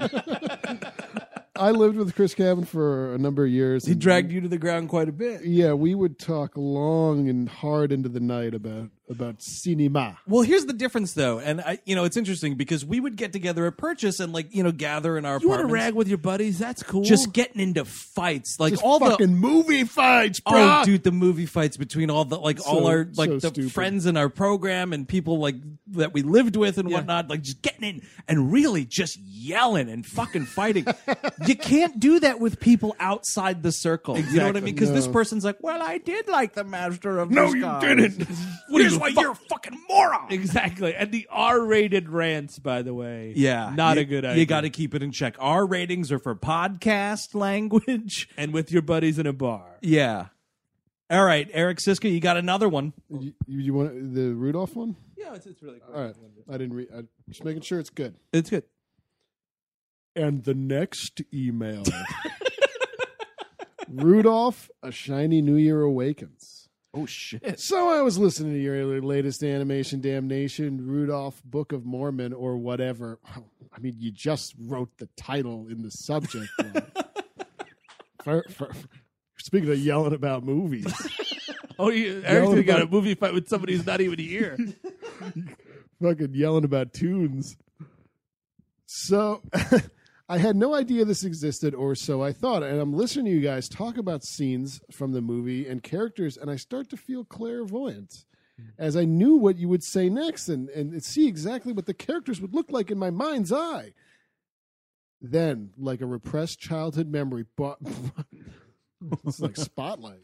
Speaker 1: I lived with Chris Cabin for a number of years.
Speaker 4: He dragged you to the ground quite a bit.
Speaker 1: Yeah, we would talk long and hard into the night about about cinema.
Speaker 4: Well, here's the difference, though, and I, you know, it's interesting because we would get together at purchase and like you know gather in our
Speaker 2: You want to
Speaker 4: apartments,
Speaker 2: rag with your buddies? That's cool.
Speaker 4: just getting into fights, like all
Speaker 1: fucking
Speaker 4: the.
Speaker 1: movie fights, bro.
Speaker 4: Oh, dude, the movie fights between all the like all
Speaker 1: So-
Speaker 4: our like
Speaker 1: so
Speaker 4: the
Speaker 1: stupid.
Speaker 4: friends in our program and people like that we lived with and whatnot, like just getting in and really just yelling and fucking [LAUGHS] fighting. you can't do that with people outside the circle. You know what I mean? Because this person's like, "Well, I did like the master of
Speaker 5: No,
Speaker 4: Disguise."
Speaker 5: you
Speaker 2: [LAUGHS]
Speaker 5: didn't. Here's why you're a fucking moron.
Speaker 2: [LAUGHS] exactly. And the R-rated rants, by the way.
Speaker 4: Yeah.
Speaker 2: Not
Speaker 4: You-
Speaker 2: a good idea.
Speaker 4: You got to keep it in check. Our ratings are for podcast [LAUGHS] language.
Speaker 2: and with your buddies in a bar.
Speaker 4: Yeah. All right, Eric Siska, you got another one.
Speaker 1: You, you want the Rudolph one?
Speaker 2: Yeah, it's, it's really cool.
Speaker 1: All right, I didn't read. I- Just making sure it's good.
Speaker 2: It's good.
Speaker 1: And the next email. [LAUGHS] Rudolph, a shiny new year awakens.
Speaker 4: Oh shit.
Speaker 1: So I was listening to your latest animation damnation, Rudolph Book of Mormon or whatever. I mean, you just wrote the title in the subject.
Speaker 2: [LAUGHS]
Speaker 1: line. For- for- speaking of yelling about movies,
Speaker 2: Oh, you,
Speaker 1: Yelling
Speaker 2: Eric's got a
Speaker 1: about-
Speaker 2: movie fight with somebody who's not even
Speaker 4: [LAUGHS]
Speaker 2: here.
Speaker 1: fucking yelling about tunes. So [LAUGHS] I had no idea this existed, or so I thought. And I'm listening to you guys talk about scenes from the movie and characters, and I start to feel clairvoyant as I knew what you would say next and, and see exactly what the characters would look like in my mind's eye. Then, like a repressed childhood memory, but [LAUGHS] it's like spotlight.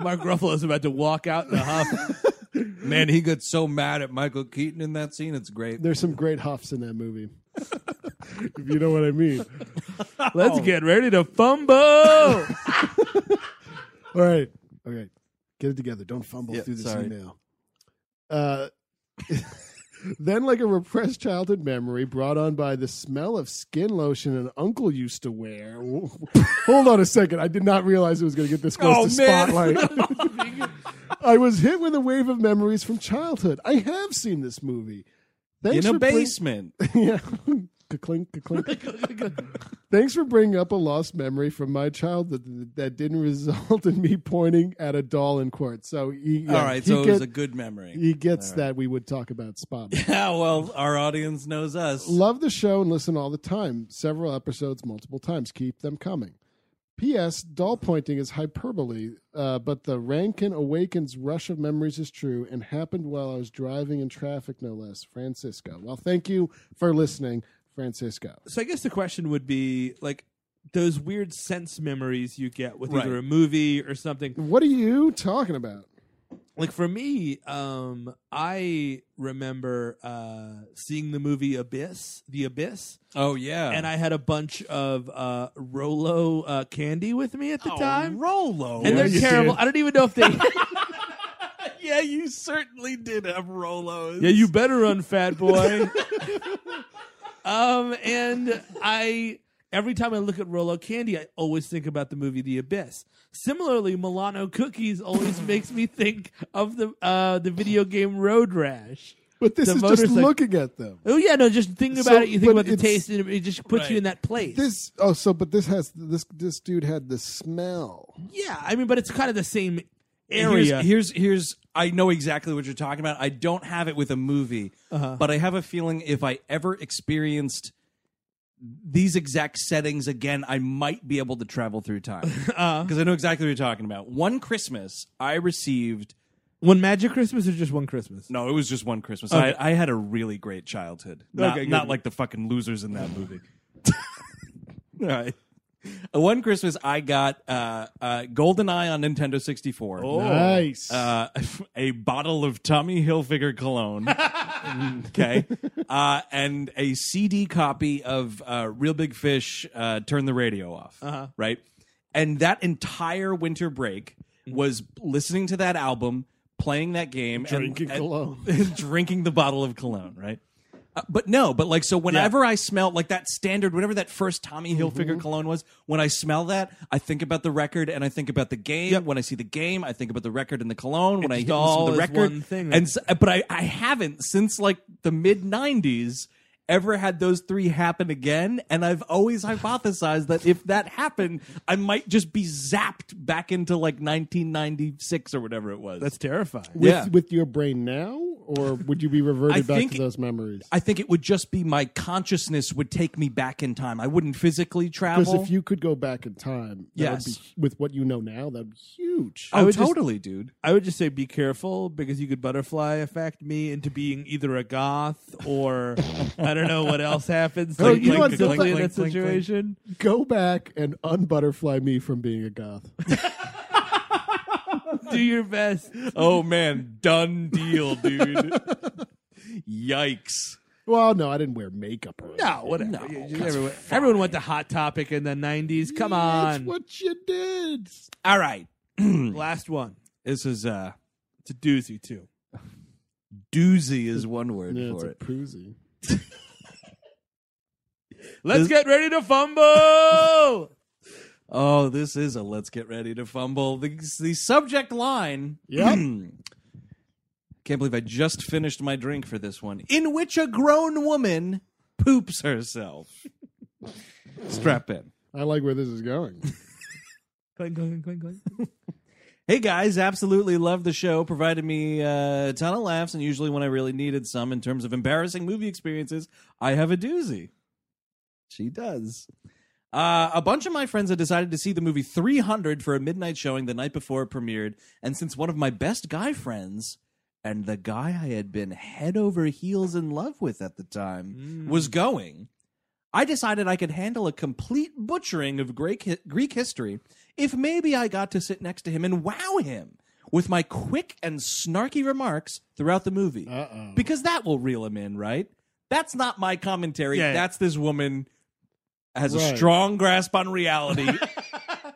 Speaker 2: Mark Ruffalo's about to walk out in a
Speaker 4: [LAUGHS]
Speaker 2: huff.
Speaker 4: [LAUGHS] Man, he got so mad at Michael Keaton in that scene. It's great.
Speaker 1: There's some great huffs in that movie, [LAUGHS] if you know what I mean.
Speaker 4: Oh.
Speaker 2: Let's get ready to fumble.
Speaker 1: All right. All right. Get it together. Don't fumble
Speaker 4: Yeah,
Speaker 1: through this
Speaker 4: sorry.
Speaker 1: email. Uh, [LAUGHS] then, like a repressed childhood memory brought on by the smell of skin lotion an uncle used to wear. [LAUGHS] Hold on a second. I did not realize it was going to get this close
Speaker 4: Oh,
Speaker 1: to
Speaker 4: man.
Speaker 1: spotlight.
Speaker 4: [LAUGHS]
Speaker 1: I was hit with a wave of memories from childhood. I have seen this movie. Thanks
Speaker 4: in a
Speaker 1: for bring-
Speaker 4: basement.
Speaker 1: yeah. [LAUGHS] Ka-clink,
Speaker 4: [LAUGHS]
Speaker 1: ka-clink. Thanks for bringing up a lost memory from my childhood that, that didn't result in me pointing at a doll in court. So he, yeah,
Speaker 4: All right,
Speaker 1: he
Speaker 4: so it was
Speaker 1: get-
Speaker 4: a good memory.
Speaker 1: [LAUGHS] he gets that we would talk about
Speaker 4: [LAUGHS]
Speaker 1: spot.
Speaker 4: Yeah, well, our audience knows us.
Speaker 1: Love the show and listen all the time. Several episodes, multiple times. Keep them coming. P.S. Doll pointing is hyperbole, uh, but the Rankin Awakens rush of memories is true and happened while I was driving in traffic, no less. Francisco. Well, thank you for listening, Francisco.
Speaker 2: so I guess the question would be like those weird sense memories you get with
Speaker 4: Right.
Speaker 2: either a movie or something.
Speaker 1: What are you talking about?
Speaker 2: like for me um i remember uh seeing the movie abyss the abyss
Speaker 4: Oh yeah.
Speaker 2: and i had a bunch of uh rolo uh candy with me at the
Speaker 4: oh,
Speaker 2: time
Speaker 4: Rolo.
Speaker 2: and they're
Speaker 1: you
Speaker 2: terrible
Speaker 1: did.
Speaker 2: i don't even know if they
Speaker 4: [LAUGHS] yeah, you certainly did have Rolos.
Speaker 2: yeah you better run fat boy um and i every time i look at rolo candy i always think about the movie the abyss similarly milano cookies always makes me think of the uh the video game road rash
Speaker 1: But this
Speaker 2: The
Speaker 1: is just
Speaker 2: motorcycle-
Speaker 1: looking at them.
Speaker 2: Oh yeah, no, just think about
Speaker 1: So,
Speaker 2: it. You think
Speaker 1: but
Speaker 2: about the
Speaker 1: it's-
Speaker 2: taste, and it just puts you
Speaker 4: Right.
Speaker 2: in that place.
Speaker 1: This oh so but this has this this dude had the smell.
Speaker 2: yeah, I mean, but it's kind of the same
Speaker 4: And
Speaker 2: area.
Speaker 4: Here's, here's here's I know exactly what you're talking about. I don't have it with a movie, but I have a feeling if I ever experienced these exact settings again, I might be able to travel through time because I know exactly what you're talking about. One Christmas, I received
Speaker 2: one magic Christmas or just one Christmas?
Speaker 4: no, it was just one Christmas.
Speaker 2: Okay.
Speaker 4: I, I had a really great childhood, not,
Speaker 2: Okay, good.
Speaker 4: not like the fucking losers in that movie. [LAUGHS] All right. Uh, One Christmas, I got uh, uh, GoldenEye on Nintendo 64.
Speaker 1: Nice.
Speaker 4: Uh, [LAUGHS] a bottle of Tommy Hilfiger cologne. okay. Uh, and a CD copy of uh, Real Big Fish, uh, Turn the Radio Off. Uh-huh. Right. And that entire winter break was listening to that album, playing that game, and-
Speaker 1: Drinking
Speaker 4: and,
Speaker 1: cologne.
Speaker 4: [LAUGHS] drinking the bottle of cologne, right? Uh, but no, but like so whenever I smell like that standard, whatever that first Tommy
Speaker 2: Mm-hmm.
Speaker 4: Hilfiger cologne was, when I smell that, I think about the record and I think about the game. When I see the game, I think about the record and the cologne. When I
Speaker 2: just
Speaker 4: hear
Speaker 2: all
Speaker 4: the
Speaker 2: is
Speaker 4: record,
Speaker 2: one thing.
Speaker 4: and s- but I, I haven't since like the mid '90s ever had those three happen again. And I've always hypothesized that if that happened, I might just be zapped back into like 1996 or whatever it was.
Speaker 2: That's terrifying.
Speaker 1: with,
Speaker 4: yeah.
Speaker 1: with your brain now, or would you be
Speaker 4: I
Speaker 1: reverted back
Speaker 4: think-
Speaker 1: to those memories?
Speaker 4: I think it would just be my consciousness would take me back in time. I wouldn't physically
Speaker 1: Because
Speaker 4: travel.
Speaker 1: if you could go back in time, that would
Speaker 4: Yes.
Speaker 1: be, with what you know now, that'd be huge.
Speaker 4: oh,
Speaker 2: would just-
Speaker 4: totally, dude.
Speaker 2: I would just say be careful because you could butterfly affect me into being either a goth or I don't know what else [LAUGHS] happens.
Speaker 1: Oh,
Speaker 2: like,
Speaker 1: you know
Speaker 2: like,
Speaker 1: what's
Speaker 2: guilty
Speaker 1: funny?
Speaker 2: in that
Speaker 4: Clink, clink, clink.
Speaker 2: situation.
Speaker 1: Go back and unbutterfly me from being a
Speaker 4: [LAUGHS]
Speaker 1: goth.
Speaker 2: Do your best.
Speaker 4: Oh man, done
Speaker 1: [LAUGHS]
Speaker 4: deal, dude. Yikes.
Speaker 1: well, no, I didn't wear makeup. Or
Speaker 2: No, whatever. You- you- everyone, everyone went to Hot Topic in the '90s. Come on,
Speaker 1: That's what you did.
Speaker 4: All right.
Speaker 2: last one.
Speaker 4: This is uh
Speaker 2: It's a doozy too.
Speaker 4: doozy is one word
Speaker 1: Yeah, it's
Speaker 4: for
Speaker 1: a
Speaker 4: it.
Speaker 1: poozy.
Speaker 2: Let's get ready to [LAUGHS] fumble.
Speaker 4: Oh, this is a let's get ready to fumble. The, the subject line.
Speaker 1: Yep.
Speaker 4: [CLEARS THROAT] Can't believe I just finished my drink for this one. In which a grown woman poops herself. [LAUGHS] Strap in.
Speaker 1: I like where this is going.
Speaker 2: clink, clink, clink, clink.
Speaker 4: Hey guys, absolutely love the show. Provided me uh, a ton of laughs, and usually when I really needed some in terms of embarrassing movie experiences, I have a doozy. She does. Uh, a bunch of my friends had decided to see the movie 300 for a midnight showing the night before it premiered, and since one of my best guy friends and the guy I had been head over heels in love with at the time was going, I decided I could handle a complete butchering of Greek, hi- Greek history if maybe I got to sit next to him and wow him with my quick and snarky remarks throughout the movie.
Speaker 1: Uh-oh.
Speaker 4: Because that will reel him in, right? That's not my commentary.
Speaker 2: Yeah.
Speaker 4: That's this woman has a
Speaker 1: Right.
Speaker 4: strong grasp
Speaker 2: [LAUGHS]
Speaker 4: on reality.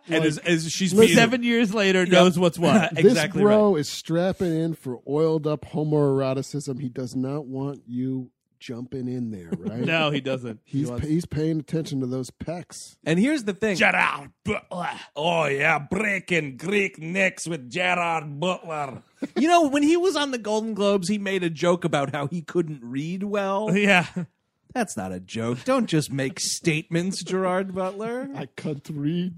Speaker 4: and is, is she's being-
Speaker 2: Seven years later, knows what's [LAUGHS] what.
Speaker 4: exactly
Speaker 1: this
Speaker 4: right.
Speaker 1: bro is strapping in for oiled up homoeroticism. He does not want you jumping in there, right?
Speaker 2: No, he doesn't. He
Speaker 1: He's,
Speaker 2: wants-
Speaker 1: he's paying attention to those pecs.
Speaker 4: And here's the thing.
Speaker 5: Gerard Butler. Oh, yeah, breaking Greek necks with Gerard Butler.
Speaker 4: you know, when he was on the Golden Globes, he made a joke about how he couldn't read
Speaker 2: [LAUGHS]
Speaker 4: well.
Speaker 2: yeah.
Speaker 4: That's not a joke. Don't just make statements,
Speaker 2: [LAUGHS]
Speaker 4: Gerard Butler.
Speaker 1: I can't read.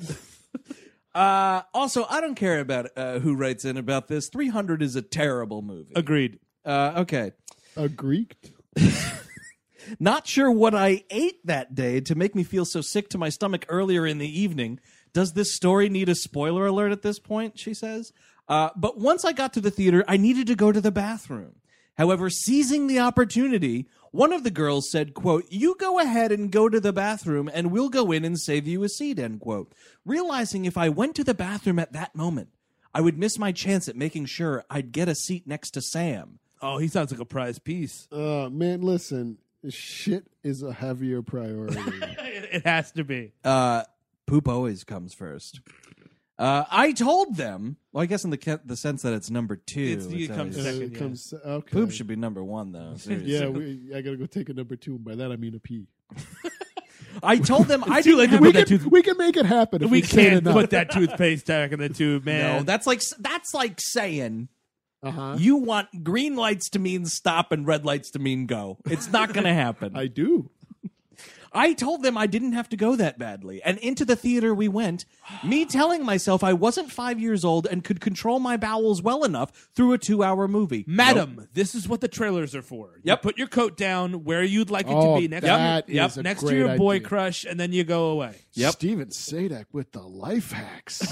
Speaker 4: Uh, also, I don't care about uh, who writes in about this. 300 is a terrible movie.
Speaker 2: Agreed.
Speaker 4: Uh, okay.
Speaker 1: [LAUGHS] A Greek.
Speaker 4: Not sure what I ate that day to make me feel so sick to my stomach earlier in the evening. Does this story need a spoiler alert at this point? She says. Uh, but once I got to the theater, I needed to go to the bathroom. However, seizing the opportunity, one of the girls said, quote, You go ahead and go to the bathroom and we'll go in and save you a seat, end quote. Realizing if I went to the bathroom at that moment, I would miss my chance at making sure I'd get a seat next to Sam.
Speaker 2: Oh, he sounds like a prized piece.
Speaker 1: Uh, man, listen, shit is a heavier priority.
Speaker 2: It, [LAUGHS] it has to be.
Speaker 4: uh, poop always comes first. Uh, I told them. Well, I guess in the ca- the sense that it's number two.
Speaker 2: It's- it comes
Speaker 4: always-
Speaker 2: second.
Speaker 1: Uh,
Speaker 2: yeah.
Speaker 1: comes, okay.
Speaker 4: Poop should be number one, though. seriously.
Speaker 1: Yeah, we, I gotta go take a number two, and by that I mean a pee.
Speaker 4: I told them. I too late
Speaker 1: We can, we can make it happen. If we,
Speaker 2: We
Speaker 1: say it
Speaker 2: can't
Speaker 1: enough.
Speaker 2: put that toothpaste back in the tube, man.
Speaker 4: No, that's like s- that's like saying
Speaker 1: Uh-huh.
Speaker 4: you want green lights to mean stop and red lights to mean go. It's not going to happen.
Speaker 1: I do.
Speaker 4: I told them I didn't have to go that badly, and into the theater we went. Me telling myself I wasn't five years old and could control my bowels well enough through a two-hour movie.
Speaker 2: Madam, this is what the trailers are for. You
Speaker 4: Yep.
Speaker 2: put your coat down where you'd like it
Speaker 1: Oh,
Speaker 2: to be next
Speaker 1: that
Speaker 2: to your,
Speaker 1: is
Speaker 2: yep,
Speaker 1: a
Speaker 2: next to
Speaker 1: great
Speaker 2: your boy
Speaker 1: idea.
Speaker 2: crush, and then you go away.
Speaker 4: Yep.
Speaker 1: Steven Sadak with the life hacks.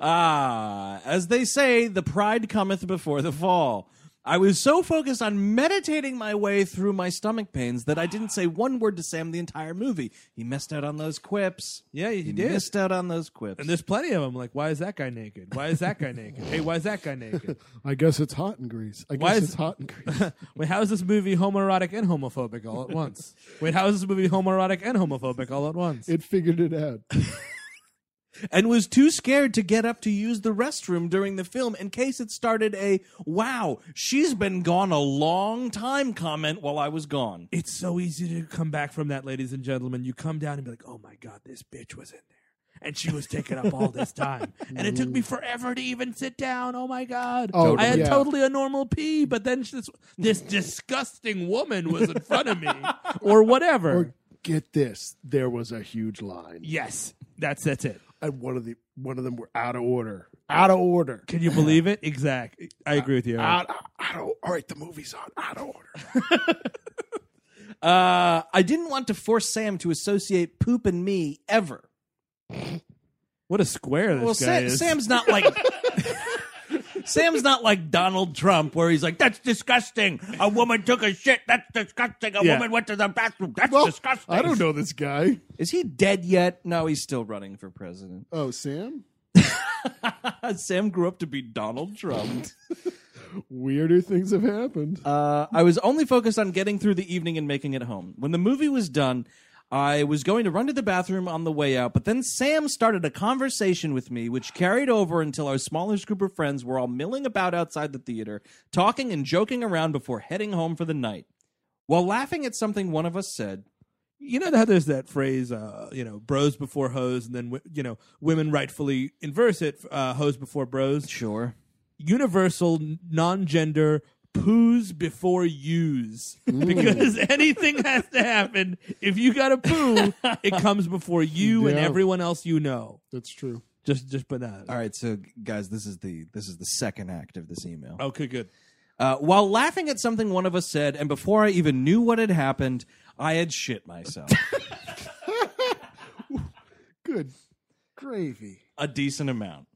Speaker 4: Ah, as they say, the pride cometh before the fall. I was so focused on meditating my way through my stomach pains that I didn't say one word to Sam the entire movie. He missed out on those quips.
Speaker 2: Yeah, you
Speaker 4: he
Speaker 2: did.
Speaker 4: Missed out on those quips.
Speaker 2: And there's plenty of them. Like, why is that guy naked? Why is that guy naked? Hey, why is that
Speaker 1: [LAUGHS]
Speaker 2: guy naked?
Speaker 1: I guess it's hot in Greece. I guess
Speaker 2: Why is-
Speaker 1: it's hot in Greece.
Speaker 2: Wait, how is this movie homoerotic and homophobic all at once? Wait, how is this movie homoerotic and homophobic all at once?
Speaker 1: it figured it out. [LAUGHS]
Speaker 4: and was too scared to get up to use the restroom during the film in case it started a wow, she's been gone a long time comment while I was gone.
Speaker 2: it's so easy to come back from that, ladies and gentlemen. You come down and be like, oh my God, this bitch was in there. And she was taken up all this [LAUGHS] time. And it took me forever to even sit down. Mm. Oh my God.
Speaker 1: Oh,
Speaker 2: I had
Speaker 1: yeah.
Speaker 2: totally a normal pee, but then this, this disgusting woman was in front [LAUGHS] of me or whatever.
Speaker 1: Or get this, there was a huge line,
Speaker 2: yes, that's, that's it.
Speaker 1: and one of the one of them were out of order. Out of order.
Speaker 2: Can you believe it? Uh, Exactly. I agree with you. Eric.
Speaker 1: Out, out of, all right, the movie's on. Out of order.
Speaker 4: Uh, I didn't want to force Sam to associate poop and me ever.
Speaker 2: What a square this
Speaker 4: Well,
Speaker 2: guy
Speaker 4: Sa-
Speaker 2: is.
Speaker 4: Sam's not like [LAUGHS] Sam's not like Donald Trump, where he's like, "That's disgusting. A woman took a shit. That's disgusting. A
Speaker 2: Yeah.
Speaker 4: woman went to the bathroom. That's
Speaker 1: Well,
Speaker 4: disgusting."
Speaker 1: I don't know this guy.
Speaker 4: Is he dead yet? No, he's still running for president. Uh,
Speaker 1: Oh, Sam.
Speaker 4: Sam grew up to be Donald Trump.
Speaker 1: Weirder things have happened.
Speaker 4: Uh, I was only focused on getting through the evening and making it home. When the movie was done, I was going to run to the bathroom on the way out, but then Sam started a conversation with me, which carried over until our smallish group of friends were all milling about outside the theater, talking and joking around before heading home for the night. While laughing at something one of us said,
Speaker 2: you know how there's that phrase, uh, you know, bros before hoes, and then wi- you know, women rightfully inverse it, uh, hoes before bros.
Speaker 4: sure.
Speaker 2: Universal non-gender poos before use, because [LAUGHS] anything has to happen. If you got to poo, it comes before you and
Speaker 1: Yeah.
Speaker 2: everyone else you know.
Speaker 1: That's true.
Speaker 2: Just, just put that.
Speaker 4: All right, so guys, this is the this is the second act of this email.
Speaker 2: Okay, good.
Speaker 4: Uh, while laughing at something one of us said, and before I even knew what had happened, I had shit myself.
Speaker 1: Good gravy.
Speaker 4: a decent amount.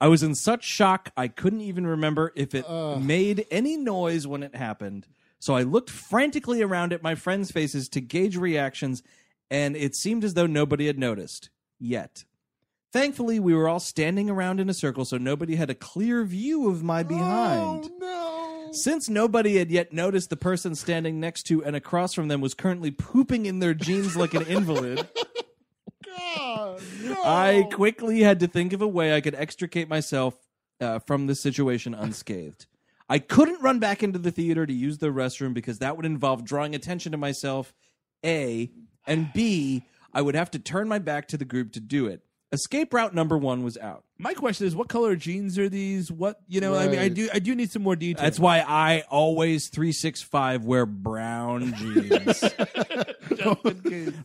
Speaker 4: I was in such shock I couldn't even remember if it made any noise when it happened. So I looked frantically around at my friends' faces to gauge reactions, and it seemed as though nobody had noticed yet. Thankfully, we were all standing around in a circle, so nobody had a clear view of my
Speaker 1: Oh,
Speaker 4: behind.
Speaker 1: no.
Speaker 4: Since nobody had yet noticed the person standing next to and across from them was currently pooping in their jeans like an invalid,
Speaker 1: God, no.
Speaker 4: I quickly had to think of a way I could extricate myself uh, from this situation unscathed. I couldn't run back into the theater to use the restroom because that would involve drawing attention to myself, A, and B, I would have to turn my back to the group to do it. Escape route number one was out.
Speaker 2: My question is, what color jeans are these? What you know? I mean, I
Speaker 1: Right.
Speaker 2: do, I do need some more detail.
Speaker 4: That's why I always 365 wear brown jeans.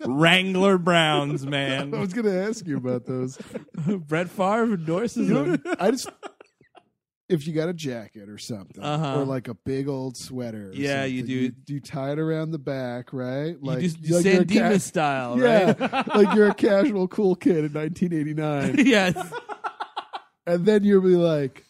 Speaker 4: Wrangler Browns,
Speaker 1: I
Speaker 4: man.
Speaker 1: was going to ask you about those. [LAUGHS]
Speaker 2: [LAUGHS] Brett Favre endorses [LAUGHS] them.
Speaker 1: I just if you got a jacket or something,
Speaker 2: Uh-huh.
Speaker 1: or like a big old sweater. or
Speaker 2: Yeah, you
Speaker 1: something,
Speaker 2: do.
Speaker 1: You, you tie it around the back, right? Like
Speaker 2: you just,
Speaker 1: like you're
Speaker 2: San
Speaker 1: a ca-
Speaker 2: Dimas style,
Speaker 1: Yeah,
Speaker 2: right?
Speaker 1: [LAUGHS] like you're a casual cool kid in
Speaker 2: [LAUGHS]
Speaker 1: 1989,
Speaker 2: yes.
Speaker 1: and then you'll be like,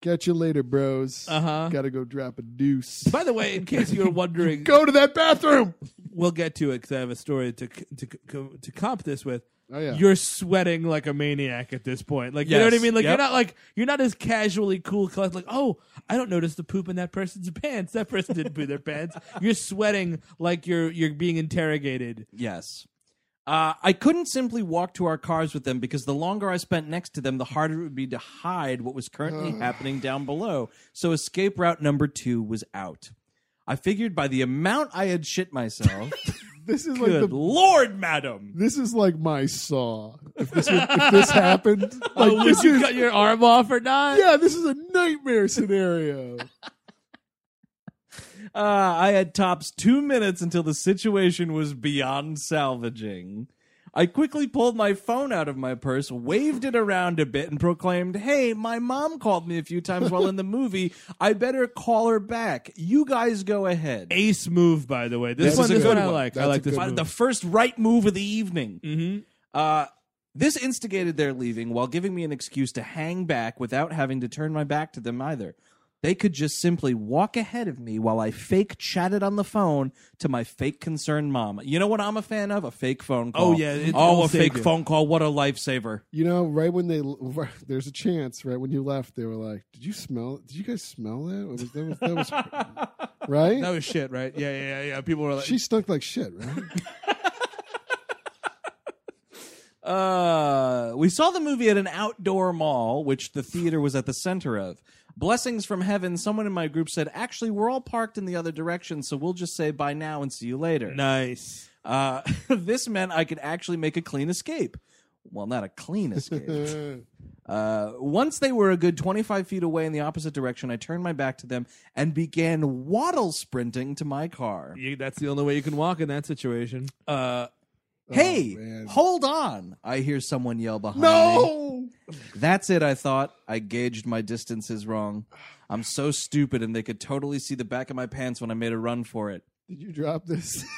Speaker 1: "Catch you later, bros.
Speaker 2: Uh-huh.
Speaker 1: Got to go drop a deuce.
Speaker 2: By the way, in case you were wondering,
Speaker 1: go to that bathroom."
Speaker 2: we'll get to it because I have a story to to to, to comp this with.
Speaker 1: Oh yeah,
Speaker 2: You're sweating like a maniac at this point. Like you know what I
Speaker 4: Yes.
Speaker 2: mean? Like
Speaker 4: Yep.
Speaker 2: you're not like you're not as casually cool. Collect, like oh, I don't notice the poop in that person's pants. That person didn't poo their pants. You're sweating like you're you're being interrogated.
Speaker 4: Yes. Uh, I couldn't simply walk to our cars with them because the longer I spent next to them, the harder it would be to hide what was currently happening down below. So escape route number two was out. I figured by the amount I had shit myself,
Speaker 1: this is like
Speaker 4: good
Speaker 1: the.
Speaker 4: lord, madam.
Speaker 1: This is like my saw. If this were, if
Speaker 2: [LAUGHS]
Speaker 1: this happened, like this
Speaker 2: you
Speaker 1: is,
Speaker 2: cut your arm off or not?
Speaker 1: yeah, this is a nightmare scenario.
Speaker 4: Uh, I had tops two minutes until the situation was beyond salvaging. I quickly pulled my phone out of my purse, waved it around a bit, and proclaimed, Hey, my mom called me a few times while in the movie. I better call her back. You guys go ahead.
Speaker 2: Ace move, by the way. This
Speaker 1: That's
Speaker 2: one,
Speaker 1: a
Speaker 2: this
Speaker 1: good
Speaker 2: one I
Speaker 1: one.
Speaker 2: like. I
Speaker 1: That's
Speaker 2: like
Speaker 1: a
Speaker 2: this
Speaker 1: good
Speaker 4: Uh,
Speaker 2: one.
Speaker 4: the first right move of the evening.
Speaker 2: Mhm.
Speaker 4: Uh, this instigated their leaving while giving me an excuse to hang back without having to turn my back to them either. They could just simply walk ahead of me while I fake chatted on the phone to my fake concerned mom. You know what I'm a fan of? A fake phone call.
Speaker 2: Oh, yeah, it-
Speaker 4: oh,
Speaker 2: it'll
Speaker 4: a
Speaker 2: save
Speaker 4: fake
Speaker 2: you.
Speaker 4: phone call. What a lifesaver.
Speaker 1: You know, [LAUGHS] right when they there's a chance, right when you left, they were like, "Did you smell? Did you guys smell that? It was- that was that was right?
Speaker 2: That was shit, right? Yeah, yeah, yeah, yeah. People were like,
Speaker 1: she stunk like shit, right? [LAUGHS]
Speaker 4: Uh, we saw the movie at an outdoor mall, which the theater was at the center of. Blessings from heaven, someone in my group said, Actually, we're all parked in the other direction, so we'll just say bye now and see you later.
Speaker 2: nice.
Speaker 4: Uh, [LAUGHS] this meant I could actually make a clean escape. Well, not a clean
Speaker 1: [LAUGHS]
Speaker 4: escape. uh, once they were a good 25 feet away in the opposite direction, I turned my back to them and began waddle sprinting to my car.
Speaker 2: You, that's the only way you can walk in that situation.
Speaker 4: Uh, hey,
Speaker 1: man.
Speaker 4: hold on. I hear someone yell behind no! me. That's it, I thought. I gauged my distances wrong. I'm so stupid, and they could totally see the back of my pants when I made a run for it.
Speaker 1: Did you drop this? [LAUGHS]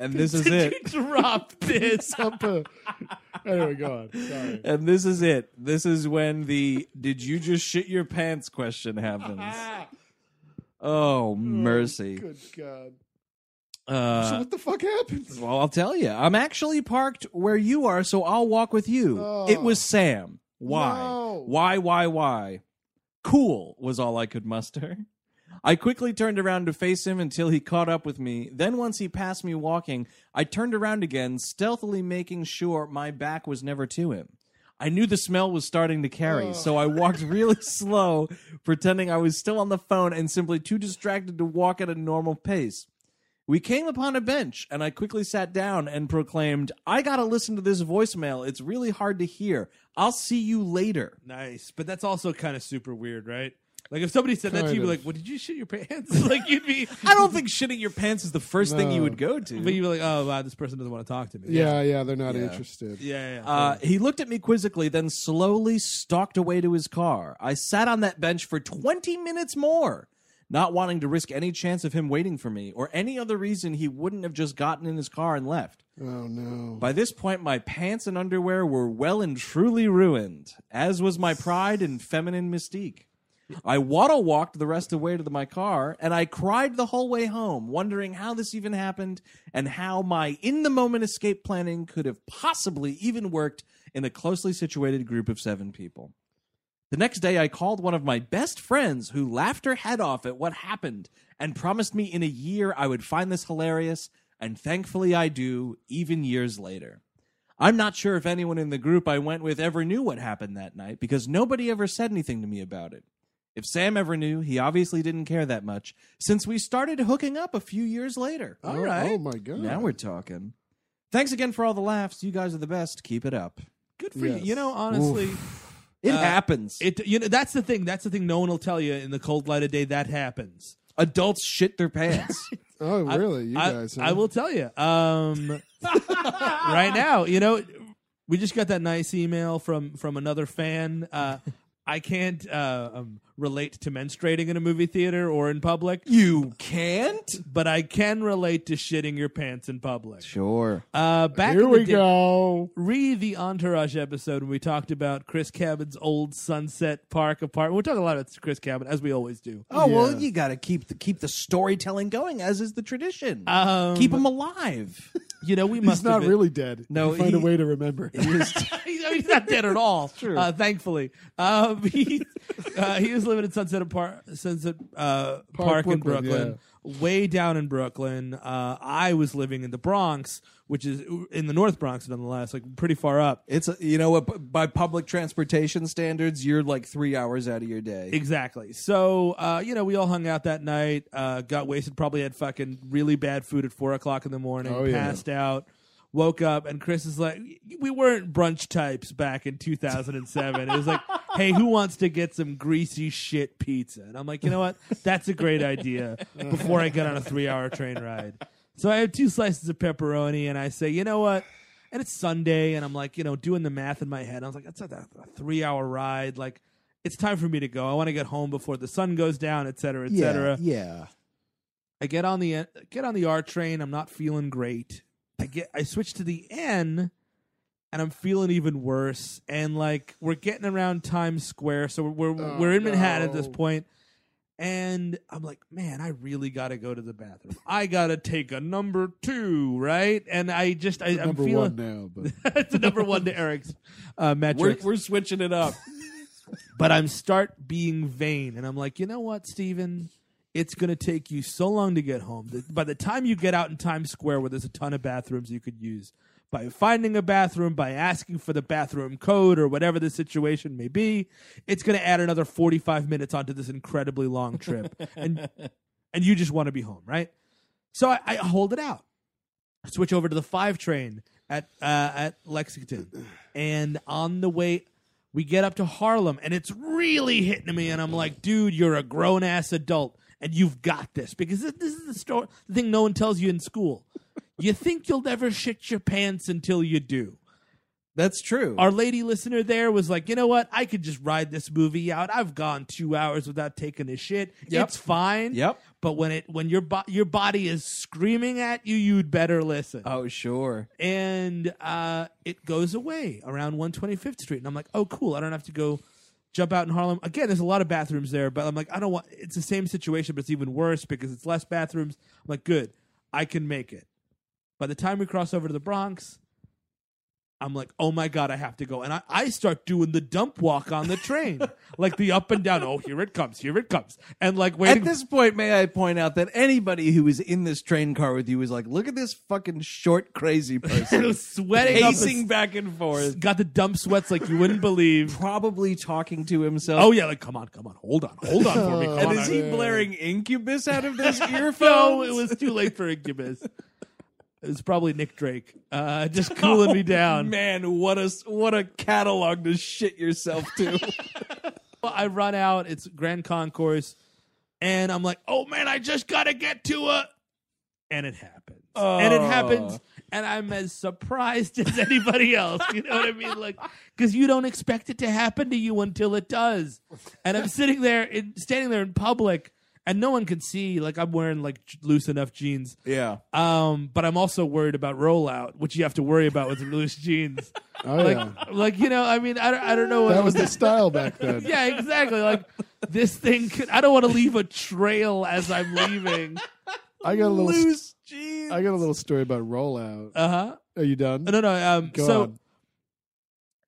Speaker 4: And
Speaker 2: [LAUGHS]
Speaker 4: this is it.
Speaker 2: Drop this.
Speaker 1: Up a- [LAUGHS] anyway, go on. Sorry.
Speaker 4: And this is it. This is when the did you just shit your pants question happens. Oh, mercy.
Speaker 1: Uh-huh. Good God. so
Speaker 4: Uh,
Speaker 1: what the fuck happened?
Speaker 4: well, I'll tell you. I'm actually parked where you are, so I'll walk with you.
Speaker 1: Oh.
Speaker 4: It was Sam. Why?
Speaker 1: No.
Speaker 4: Why, why, why? Cool was all I could muster. I quickly turned around to face him until he caught up with me. Then, once he passed me walking, I turned around again, stealthily making sure my back was never to him. I knew the smell was starting to carry, so I walked really [LAUGHS] slow, pretending I was still on the phone and simply too distracted to walk at a normal pace. We came upon a bench, and I quickly sat down and proclaimed, I gotta listen to this voicemail. It's really hard to hear. I'll see you later.
Speaker 2: Nice, but that's also kind of super weird, right? Like if somebody said that to
Speaker 1: Kind
Speaker 2: you, you'd be
Speaker 1: of.
Speaker 2: like, "What did you shit your pants?" [LAUGHS] like you'd be,
Speaker 4: I don't think shitting your pants is the first thing you
Speaker 1: No.
Speaker 4: would go to.
Speaker 2: but you'd be like, "Oh, wow, this person doesn't want to talk to me."
Speaker 1: Yeah, yeah, they're not interested.
Speaker 2: yeah, yeah. yeah.
Speaker 4: Uh, he looked at me quizzically, then slowly stalked away to his car. I sat on that bench for 20 minutes more, not wanting to risk any chance of him waiting for me or any other reason he wouldn't have just gotten in his car and left.
Speaker 1: Oh no.
Speaker 4: By this point, my pants and underwear were well and truly ruined, as was my pride and feminine mystique. I waddle walked the rest of the way to the- my car, and I cried the whole way home, wondering how this even happened and how my in the moment escape planning could have possibly even worked in a closely situated group of seven people. The next day, I called one of my best friends who laughed her head off at what happened and promised me in a year I would find this hilarious, and thankfully I do, even years later. I'm not sure if anyone in the group I went with ever knew what happened that night because nobody ever said anything to me about it. If Sam ever knew, he obviously didn't care that much since we started hooking up a few years later.
Speaker 1: Oh,
Speaker 4: All right.
Speaker 1: oh my God.
Speaker 4: Now we're talking. Thanks again for all the laughs. You guys are the best. Keep it up.
Speaker 2: good for
Speaker 1: yes.
Speaker 2: you. You know, honestly,
Speaker 4: It
Speaker 2: Uh,
Speaker 4: happens.
Speaker 2: it you know that's the thing. That's the thing. No one will tell you in the cold light of day that happens.
Speaker 4: Adults shit their [LAUGHS] pants.
Speaker 1: Oh really? You
Speaker 2: I,
Speaker 1: guys?
Speaker 2: I
Speaker 1: huh?
Speaker 2: will tell you. [LAUGHS] Um, right now, you know, we just got that nice email from from another fan.
Speaker 1: [LAUGHS]
Speaker 2: Uh, I can't uh, um, relate to menstruating in a movie theater or in public,
Speaker 4: you can't?
Speaker 2: but I can relate to shitting your pants in public.
Speaker 4: Sure.
Speaker 2: Uh, back
Speaker 1: Here
Speaker 2: in the
Speaker 1: we
Speaker 2: day-
Speaker 1: go.
Speaker 2: Re the Entourage episode when we talked about Chris Cabot's old Sunset Park apartment. We talk a lot about Chris Cabot as we always do.
Speaker 4: Oh well,
Speaker 1: Yeah.
Speaker 4: you got to keep the, keep the storytelling going, as is the tradition.
Speaker 2: Um,
Speaker 4: keep them [LAUGHS] alive.
Speaker 2: You know, we
Speaker 1: He's
Speaker 2: must have
Speaker 1: not
Speaker 2: been-
Speaker 1: really dead.
Speaker 4: No,
Speaker 1: You find a
Speaker 4: he-
Speaker 1: way to remember. [LAUGHS]
Speaker 2: he's, he's not dead at all. Uh, thankfully, um, he uh, he was living at Sunset Park, Sunset uh, Park,
Speaker 1: Brooklyn,
Speaker 2: in Brooklyn, way down in Brooklyn. Uh, I was living in the Bronx, which is in the North Bronx, nonetheless, like pretty far up.
Speaker 4: It's uh, you know what b- by public transportation standards, you're like three hours out of your day.
Speaker 2: Exactly. So, uh, you know, we all hung out that night, uh, got wasted, probably had fucking really bad food at four o'clock in the morning,
Speaker 1: Oh, yeah.
Speaker 2: passed out, woke up, and Chris is like, we weren't brunch types back in 2007. it
Speaker 1: [LAUGHS]
Speaker 2: was like, hey, who wants to get some greasy shit pizza? And I'm like, you know what? That's a great idea before I get on a three hour train ride. So I have two slices of pepperoni, and I say, you know what? And it's Sunday, and I'm like, you know, doing the math in my head. I was like, that's a, a three hour ride. Like, it's time for me to go. I want to get home before the sun goes down, et cetera, et cetera.
Speaker 4: yeah.
Speaker 2: I get on the get on the R train. I'm not feeling great. I get I switch to the N, and I'm feeling even worse. And like we're getting around Times Square, so we're we're,
Speaker 1: Oh,
Speaker 2: we're in Manhattan at this
Speaker 1: no.
Speaker 2: point. And I'm like, man, I really got to go to the bathroom. I got to take a number two, right? And I just, I, I'm
Speaker 1: Number
Speaker 2: [LAUGHS]
Speaker 1: one
Speaker 2: feeling
Speaker 1: now, but
Speaker 2: [LAUGHS] it's a number one to Eric's uh,
Speaker 4: We're,
Speaker 2: metrics.
Speaker 4: we're switching it up.
Speaker 2: but I'm start being vain, and I'm like, you know what, Steven? It's gonna take you so long to get home. that By the time you get out in Times Square, where there's a ton of bathrooms you could use, by finding a bathroom, by asking for the bathroom code or whatever the situation may be, it's gonna add another 45 minutes onto this incredibly long trip, and and you just want to be home, right? So I, I hold it out switch over to the five train at uh, at Lexington, and on the way we get up to Harlem, and it's really hitting me, and I'm like, dude, you're a grown ass adult, and you've got this because this, this is the story, the thing no one tells you in school. you think you'll never shit your pants until you do.
Speaker 4: [LAUGHS] That's true.
Speaker 2: Our lady listener there was like, you know what? I could just ride this movie out. I've gone two hours without taking a shit.
Speaker 4: Yep.
Speaker 2: It's fine.
Speaker 4: Yep.
Speaker 2: But when it when your bo- your body is screaming at you, you'd better listen
Speaker 4: oh, sure.
Speaker 2: and uh, it goes away around 125th Street. And I'm like, oh, cool. I don't have to go jump out in Harlem. Again, there's a lot of bathrooms there, but I'm like, I don't want. It's the same situation, but it's even worse because it's less bathrooms. I'm like, good. I can make it. By the time we cross over to the Bronx, I'm like, oh my God, I have to go. And I, I start doing the dump walk on the
Speaker 4: [LAUGHS]
Speaker 2: train, like the up and down. Oh, here it comes, here it comes. And like waiting. [LAUGHS]
Speaker 4: At this point, may I point out that anybody who was in this train car with you was like, look at this fucking short, crazy [LAUGHS]
Speaker 2: I
Speaker 4: person.
Speaker 2: was sweating up a-
Speaker 4: pacing back and forth.
Speaker 2: Got the dump sweats like you wouldn't believe.
Speaker 4: Probably talking to himself.
Speaker 2: Oh yeah, like come on, come on, hold on, hold on for me. Come on.
Speaker 4: and Oh, is he blaring incubus out of [LAUGHS] this earphone?
Speaker 2: no, it was too late for Incubus. it was probably Nick Drake, uh,
Speaker 4: [LAUGHS]
Speaker 2: just cooling
Speaker 4: Oh,
Speaker 2: me down.
Speaker 4: Man, what a what a catalog to shit yourself to.
Speaker 2: Well, I run out. It's Grand Concourse, and I'm like, oh man, I just gotta get to a, and it happens,
Speaker 1: Oh.
Speaker 2: and it happens, and I'm as surprised as anybody else. You know what I mean? Like, because you don't expect it to happen to you until it does, and I'm sitting there, in, standing there in public, and no one can see. Like I'm wearing like j- loose enough jeans.
Speaker 4: [LAUGHS] yeah.
Speaker 2: Um, but I'm also worried about rollout, which you have to worry about with loose jeans.
Speaker 1: oh
Speaker 2: Like, [LAUGHS]
Speaker 1: yeah,
Speaker 2: like you know, I mean, I don't, I don't know what.
Speaker 1: that was the style back then.
Speaker 2: [LAUGHS] yeah, exactly. Like this thing could. I don't want to leave a trail as I'm leaving.
Speaker 1: I got a little.
Speaker 4: Loose jeans.
Speaker 1: I got a little story about rollout.
Speaker 2: Uh huh.
Speaker 1: Are you done?
Speaker 2: No, no. Um.
Speaker 1: Go
Speaker 2: so
Speaker 1: on.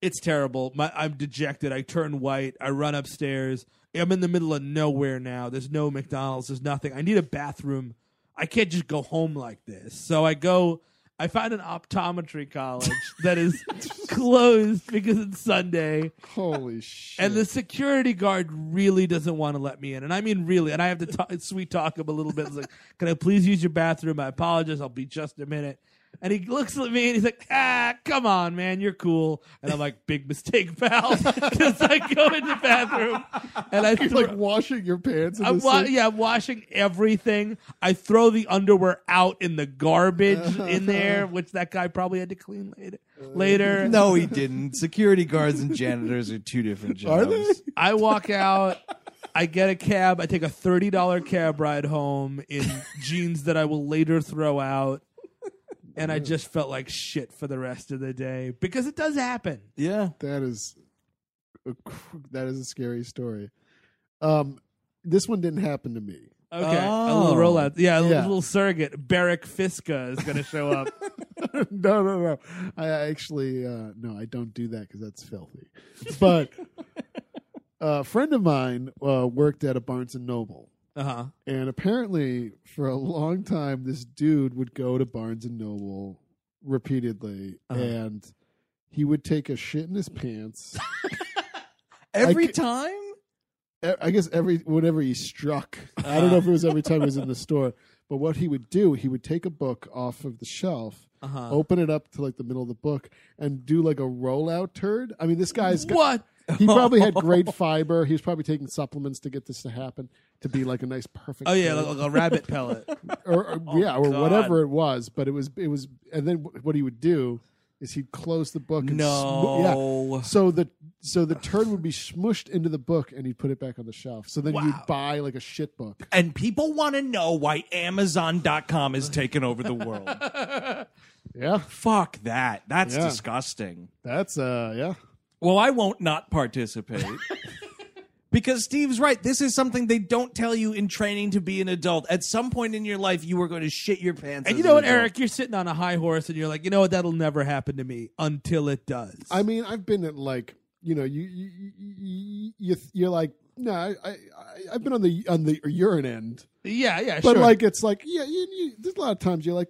Speaker 2: it's terrible. My, I'm dejected. I turn white. I run upstairs. I'm in the middle of nowhere now. There's no McDonald's. There's nothing. I need a bathroom. I can't just go home like this. So I go. I find an optometry college
Speaker 1: [LAUGHS]
Speaker 2: that is closed because it's Sunday, [LAUGHS]
Speaker 1: Holy shit!
Speaker 2: and the security guard really doesn't want to let me in, and I mean really. And I have to talk, [LAUGHS] sweet talk him a little bit. It's like, "Can I please use your bathroom? I apologize. I'll be just a minute." And he looks at me and he's like, "Ah, come on, man, you're cool." And I'm like, "Big mistake, pal," [LAUGHS] because I go in the bathroom and I
Speaker 1: [LAUGHS] You're,
Speaker 2: throw-
Speaker 1: like washing your pants. In
Speaker 2: I'm
Speaker 1: this
Speaker 2: wa- [LAUGHS]
Speaker 1: thing?
Speaker 2: yeah, I'm washing everything. I throw the underwear out in the
Speaker 1: [LAUGHS]
Speaker 2: garbage in there, which that guy probably had to clean later.
Speaker 1: Uh,
Speaker 2: Later,
Speaker 4: No, he didn't. Security guards and janitors are two different jobs.
Speaker 1: Are they?
Speaker 2: I walk out. I get a cab. I take a thirty dollar cab ride home in jeans that I will later throw out. And I just felt like shit for the rest of the day because it does happen.
Speaker 4: Yeah.
Speaker 1: That is a cr- that is a scary story. Um, this one didn't happen to me.
Speaker 2: Okay, a
Speaker 4: Oh.
Speaker 2: little rollout. Yeah, a
Speaker 1: Yeah.
Speaker 2: little surrogate. Barrack Fiska
Speaker 1: [LAUGHS]
Speaker 2: is going to show up.
Speaker 1: no, no, no. I I actually uh, no, I don't do that because that's filthy. But
Speaker 2: [LAUGHS]
Speaker 1: a friend of mine uh, worked at a Barnes and Noble,
Speaker 2: Uh huh.
Speaker 1: and apparently for a long time, this dude would go to Barnes and Noble repeatedly,
Speaker 2: Uh-huh.
Speaker 1: and he would take a shit in his pants.
Speaker 4: Every
Speaker 1: ca-
Speaker 4: time?
Speaker 1: e- I guess every whenever he struck. I don't know if it was every time he was
Speaker 2: [LAUGHS]
Speaker 1: in the store, but what he would do, he would take a book off of the shelf,
Speaker 2: Uh-huh.
Speaker 1: open it up to like the middle of the book, and do like a rollout turd. I mean, this guy's got-
Speaker 2: What?
Speaker 1: he probably had
Speaker 2: [LAUGHS]
Speaker 1: great fiber. He was probably taking supplements to get this to happen to be like a nice perfect.
Speaker 2: Oh yeah,
Speaker 1: turd.
Speaker 2: like, like a rabbit pellet.
Speaker 1: or, or- yeah, or
Speaker 2: God.
Speaker 1: whatever it was. But it was it was, and then wh- what he would do is he'd close the book. And
Speaker 4: No.
Speaker 1: yeah. So the so the turd would be smushed into the book, and he'd put it back on the shelf. So then you'd buy like a shit book.
Speaker 4: And people want to know why Amazon.com has taken over
Speaker 1: [LAUGHS]
Speaker 4: the world.
Speaker 1: Yeah,
Speaker 4: [LAUGHS] Fuck that. That's
Speaker 1: Yeah.
Speaker 4: disgusting.
Speaker 1: that's uh, yeah.
Speaker 4: Well, I won't not participate. [LAUGHS] Because Steve's right. This is something they don't tell you in training to be an adult. At some point in your life, you are going to shit your pants.
Speaker 2: And
Speaker 4: as
Speaker 2: you
Speaker 4: an
Speaker 2: know what,
Speaker 4: adult.
Speaker 2: Eric? You're sitting on a high horse and you're like, you know what? That'll never happen to me until it does.
Speaker 1: I mean, I've been at like you know you you you, you you're like no, I, I I- I've been on the on the urine end,
Speaker 2: yeah, yeah,
Speaker 1: but
Speaker 2: sure.
Speaker 1: like it's like yeah, you, you, there's a lot of times you're like,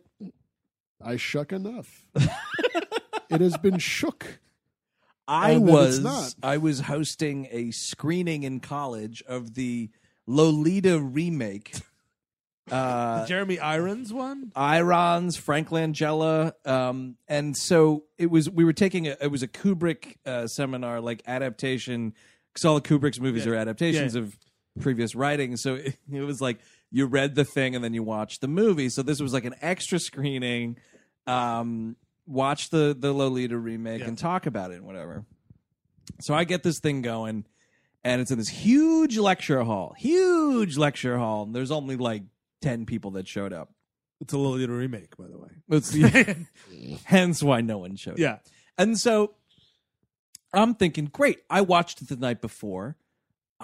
Speaker 1: I shuck enough. it has been shook.
Speaker 4: I
Speaker 1: and that it's not.
Speaker 4: was I was hosting a screening in college of the Lolita remake. Uh,
Speaker 2: Jeremy Irons one.
Speaker 4: Irons, Frank Langella, um, and so it was. We were taking a, it was a Kubrick uh, seminar, like adaptation, because all of Kubrick's movies are adaptations of previous writing. So [LAUGHS] it, it was like you read the thing and then you watched the movie. So this was like an extra screening. Um, watch the the Lolita remake and talk about it and whatever. So I get this thing going, and it's in this huge lecture hall, huge lecture hall, and there's only like ten people that showed up.
Speaker 2: It's a little little remake, by the way. [LAUGHS]
Speaker 4: That's the hence why no one showed. up.
Speaker 2: Yeah.
Speaker 4: And so I'm thinking, great, I watched it the night before.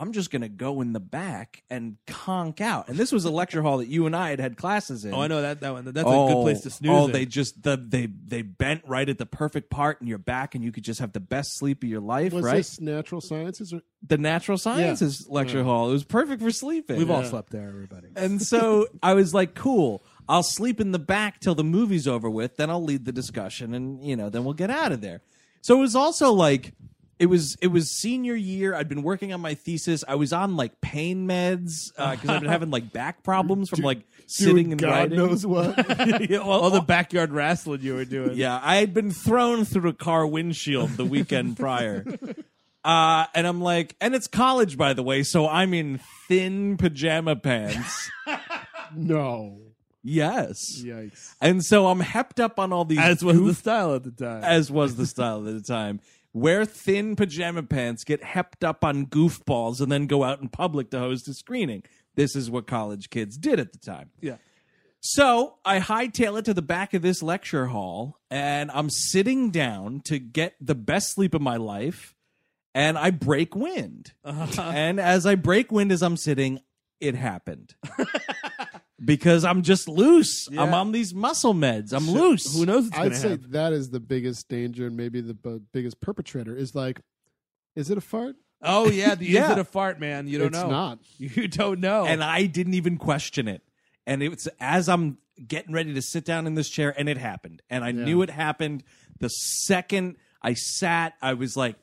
Speaker 4: I'm just gonna go in the back and conk out. And this was a lecture hall that you and I had had classes in.
Speaker 2: Oh, I know that that one. That's a
Speaker 4: Oh,
Speaker 2: good place to snooze.
Speaker 4: Oh,
Speaker 2: in.
Speaker 4: they just the, they they bent right at the perfect part in your back, and you could just have the best sleep of your life,
Speaker 1: Was
Speaker 4: right?
Speaker 1: this natural sciences or
Speaker 4: the natural sciences lecture hall. It was perfect for sleeping.
Speaker 2: we've all slept there, everybody.
Speaker 4: And so I was like, cool. I'll sleep in the back till the movie's over with. Then I'll lead the discussion, and you know, then we'll get out of there. So it was also like, it was it was senior year. I'd been working on my thesis. I was on like pain meds because I've been having like back problems from like sitting
Speaker 1: Doing
Speaker 4: and
Speaker 1: God
Speaker 4: writing.
Speaker 1: knows
Speaker 2: [LAUGHS]
Speaker 1: what?
Speaker 4: Yeah, well,
Speaker 2: All the backyard wrestling you were doing.
Speaker 4: yeah, I had been thrown through a car windshield the
Speaker 1: [LAUGHS]
Speaker 4: weekend prior. Uh, and I'm like, and it's college, by the way, so I'm in thin
Speaker 1: [LAUGHS]
Speaker 4: pajama pants.
Speaker 1: no,
Speaker 4: yes.
Speaker 1: yikes!
Speaker 4: And so I'm hepped up on all these
Speaker 2: As was the style at the time.
Speaker 4: [LAUGHS] as was the style at the time. Wear thin pajama pants, get hepped up on goofballs, and then go out in public to host a screening. This is what college kids did at the time.
Speaker 2: Yeah.
Speaker 4: So I hightail it to the back of this lecture hall, and I'm sitting down to get the best sleep of my life, and I break wind.
Speaker 2: Uh-huh.
Speaker 4: And as I break wind as I'm sitting,
Speaker 2: [LAUGHS]
Speaker 4: it happened. because I'm just loose. I'm on these muscle meds. I'm loose.
Speaker 2: Who knows? It's gonna
Speaker 1: I'd say
Speaker 2: happen.
Speaker 1: that is the biggest danger, and maybe the b- biggest perpetrator is like, is it a fart?
Speaker 2: Oh yeah, the
Speaker 4: Yeah.
Speaker 2: is it a fart, man? You don't
Speaker 1: it's
Speaker 2: know.
Speaker 1: not.
Speaker 2: [LAUGHS] You don't know.
Speaker 4: and I didn't even question it. And it's as I'm getting ready to sit down in this chair, and it happened. And I knew it happened the second I sat. I was like,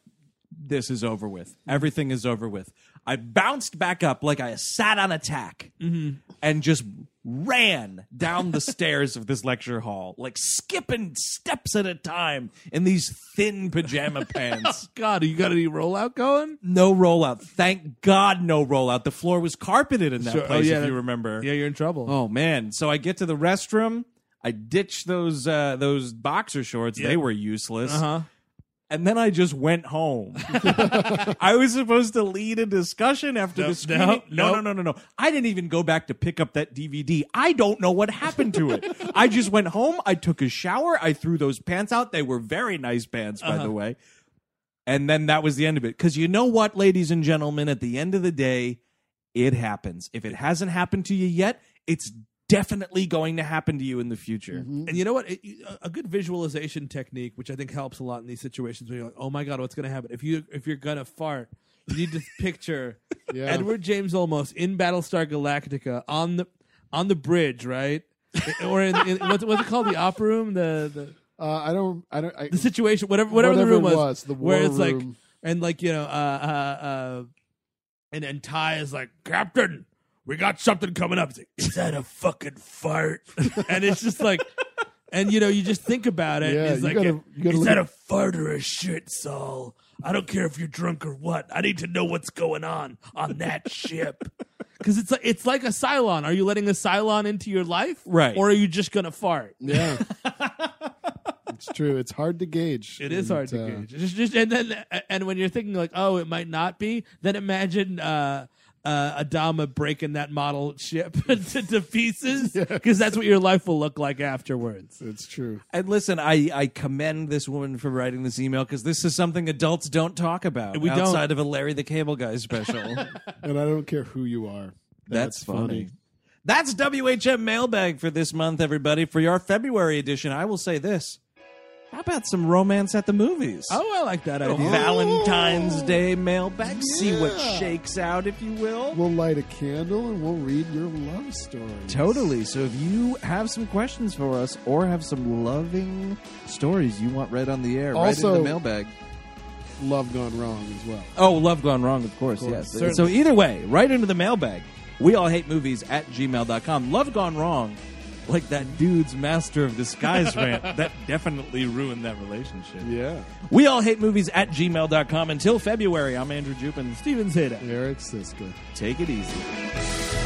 Speaker 4: "This is over with. Everything is over with." I bounced back up like I sat on a tack and just ran down the [LAUGHS] stairs of this lecture hall, like skipping steps at a time in these thin pajama [LAUGHS] pants.
Speaker 2: God, you got any rollout going?
Speaker 4: No rollout. Thank God, no rollout. The floor was carpeted in that
Speaker 2: Sure. Oh,
Speaker 4: place,
Speaker 2: yeah,
Speaker 4: if you
Speaker 2: that-
Speaker 4: remember.
Speaker 2: Yeah, you're in trouble.
Speaker 4: Oh man! So I get to the restroom. I ditch those uh, those boxer shorts. They were useless.
Speaker 2: Uh-huh.
Speaker 4: And then I just went [LAUGHS] home. I was supposed to lead a discussion after
Speaker 2: Nope,
Speaker 4: the screening.
Speaker 2: nope,
Speaker 4: no,
Speaker 2: nope.
Speaker 4: no, no, no, no. I didn't even go back to pick up that DVD. I don't know what happened to [LAUGHS] it. I just went home. I took a shower. I threw those pants out. They were very nice pants, by the way. And then that was the end of it. Because you know what, ladies and gentlemen, at the end of the day, it happens. If it hasn't happened to you yet, it's definitely going to happen to you in the future.
Speaker 2: And you know what? It- you- a- a good visualization technique, which I think helps a lot in these situations, where you're like, "Oh my god, what's going to happen?" If you if you're gonna fart, you need to picture
Speaker 1: Yeah.
Speaker 2: Edward James Olmos in Battlestar Galactica on the on the bridge, right? or in, in what's, what's it called? The opera room, the the,
Speaker 1: Uh, I don't. I don't.
Speaker 2: [LAUGHS]
Speaker 1: I,
Speaker 2: the situation, whatever whatever,
Speaker 1: Whatever
Speaker 2: the
Speaker 1: it
Speaker 2: room was,
Speaker 1: was, the
Speaker 2: where
Speaker 1: war
Speaker 2: it's like
Speaker 1: room.
Speaker 2: and like you know, uh, uh, uh, and and Ty is like, Captain, we got something coming up. He's like, Is that a fucking fart? [LAUGHS] and it's just like. And you know, you just think about it.
Speaker 1: Yeah,
Speaker 2: and it's
Speaker 1: you
Speaker 2: like,
Speaker 1: gotta- you gotta
Speaker 2: is
Speaker 1: look
Speaker 2: that
Speaker 1: at-
Speaker 2: a fart or a shit, Saul? I don't care if you're drunk or what. I need to know what's going on
Speaker 1: [LAUGHS]
Speaker 2: on that ship. Because it's like it's like a Cylon. Are you letting a Cylon into your life,
Speaker 4: Right.
Speaker 2: Or are you just gonna fart?
Speaker 1: yeah. it's true. It's hard to gauge.
Speaker 2: It is
Speaker 1: And,
Speaker 2: hard to
Speaker 1: uh,
Speaker 2: gauge. Just, just and then and when you're thinking like, oh, it might not be, then imagine uh, uh, Adama breaking that model ship [LAUGHS] to, to pieces because that's what your life will look like afterwards.
Speaker 1: It's true.
Speaker 4: And listen, I, I commend this woman for writing this email because this is something adults don't talk about
Speaker 2: We don't.
Speaker 4: outside of a Larry the Cable Guy [LAUGHS] special.
Speaker 1: And I don't care who you are.
Speaker 4: That's funny. That's WHM Mailbag for this month, everybody. For your February edition, I will say this. How about some romance at the movies?
Speaker 2: Oh, I like that
Speaker 4: A
Speaker 2: idea.
Speaker 4: Valentine's Day mailbag. See what shakes out, if you will.
Speaker 1: We'll light a candle and we'll read your love story.
Speaker 4: Totally. So if you have some questions for us or have some loving stories you want read on the air, right in
Speaker 1: Also-
Speaker 4: the mailbag.
Speaker 1: Love gone wrong as well.
Speaker 4: Oh, Love Gone Wrong, of course, yes. So either way, right into the mailbag. We all hate movies at gmail.com. Love Gone Wrong, like that dude's master of [LAUGHS] disguise rant.
Speaker 5: that definitely ruined that relationship.
Speaker 1: Yeah.
Speaker 4: We all hate movies at gmail.com. Until February, I'm Andrew Jupin.
Speaker 2: Steven Zeta.
Speaker 1: Eric Siska.
Speaker 4: Take it easy.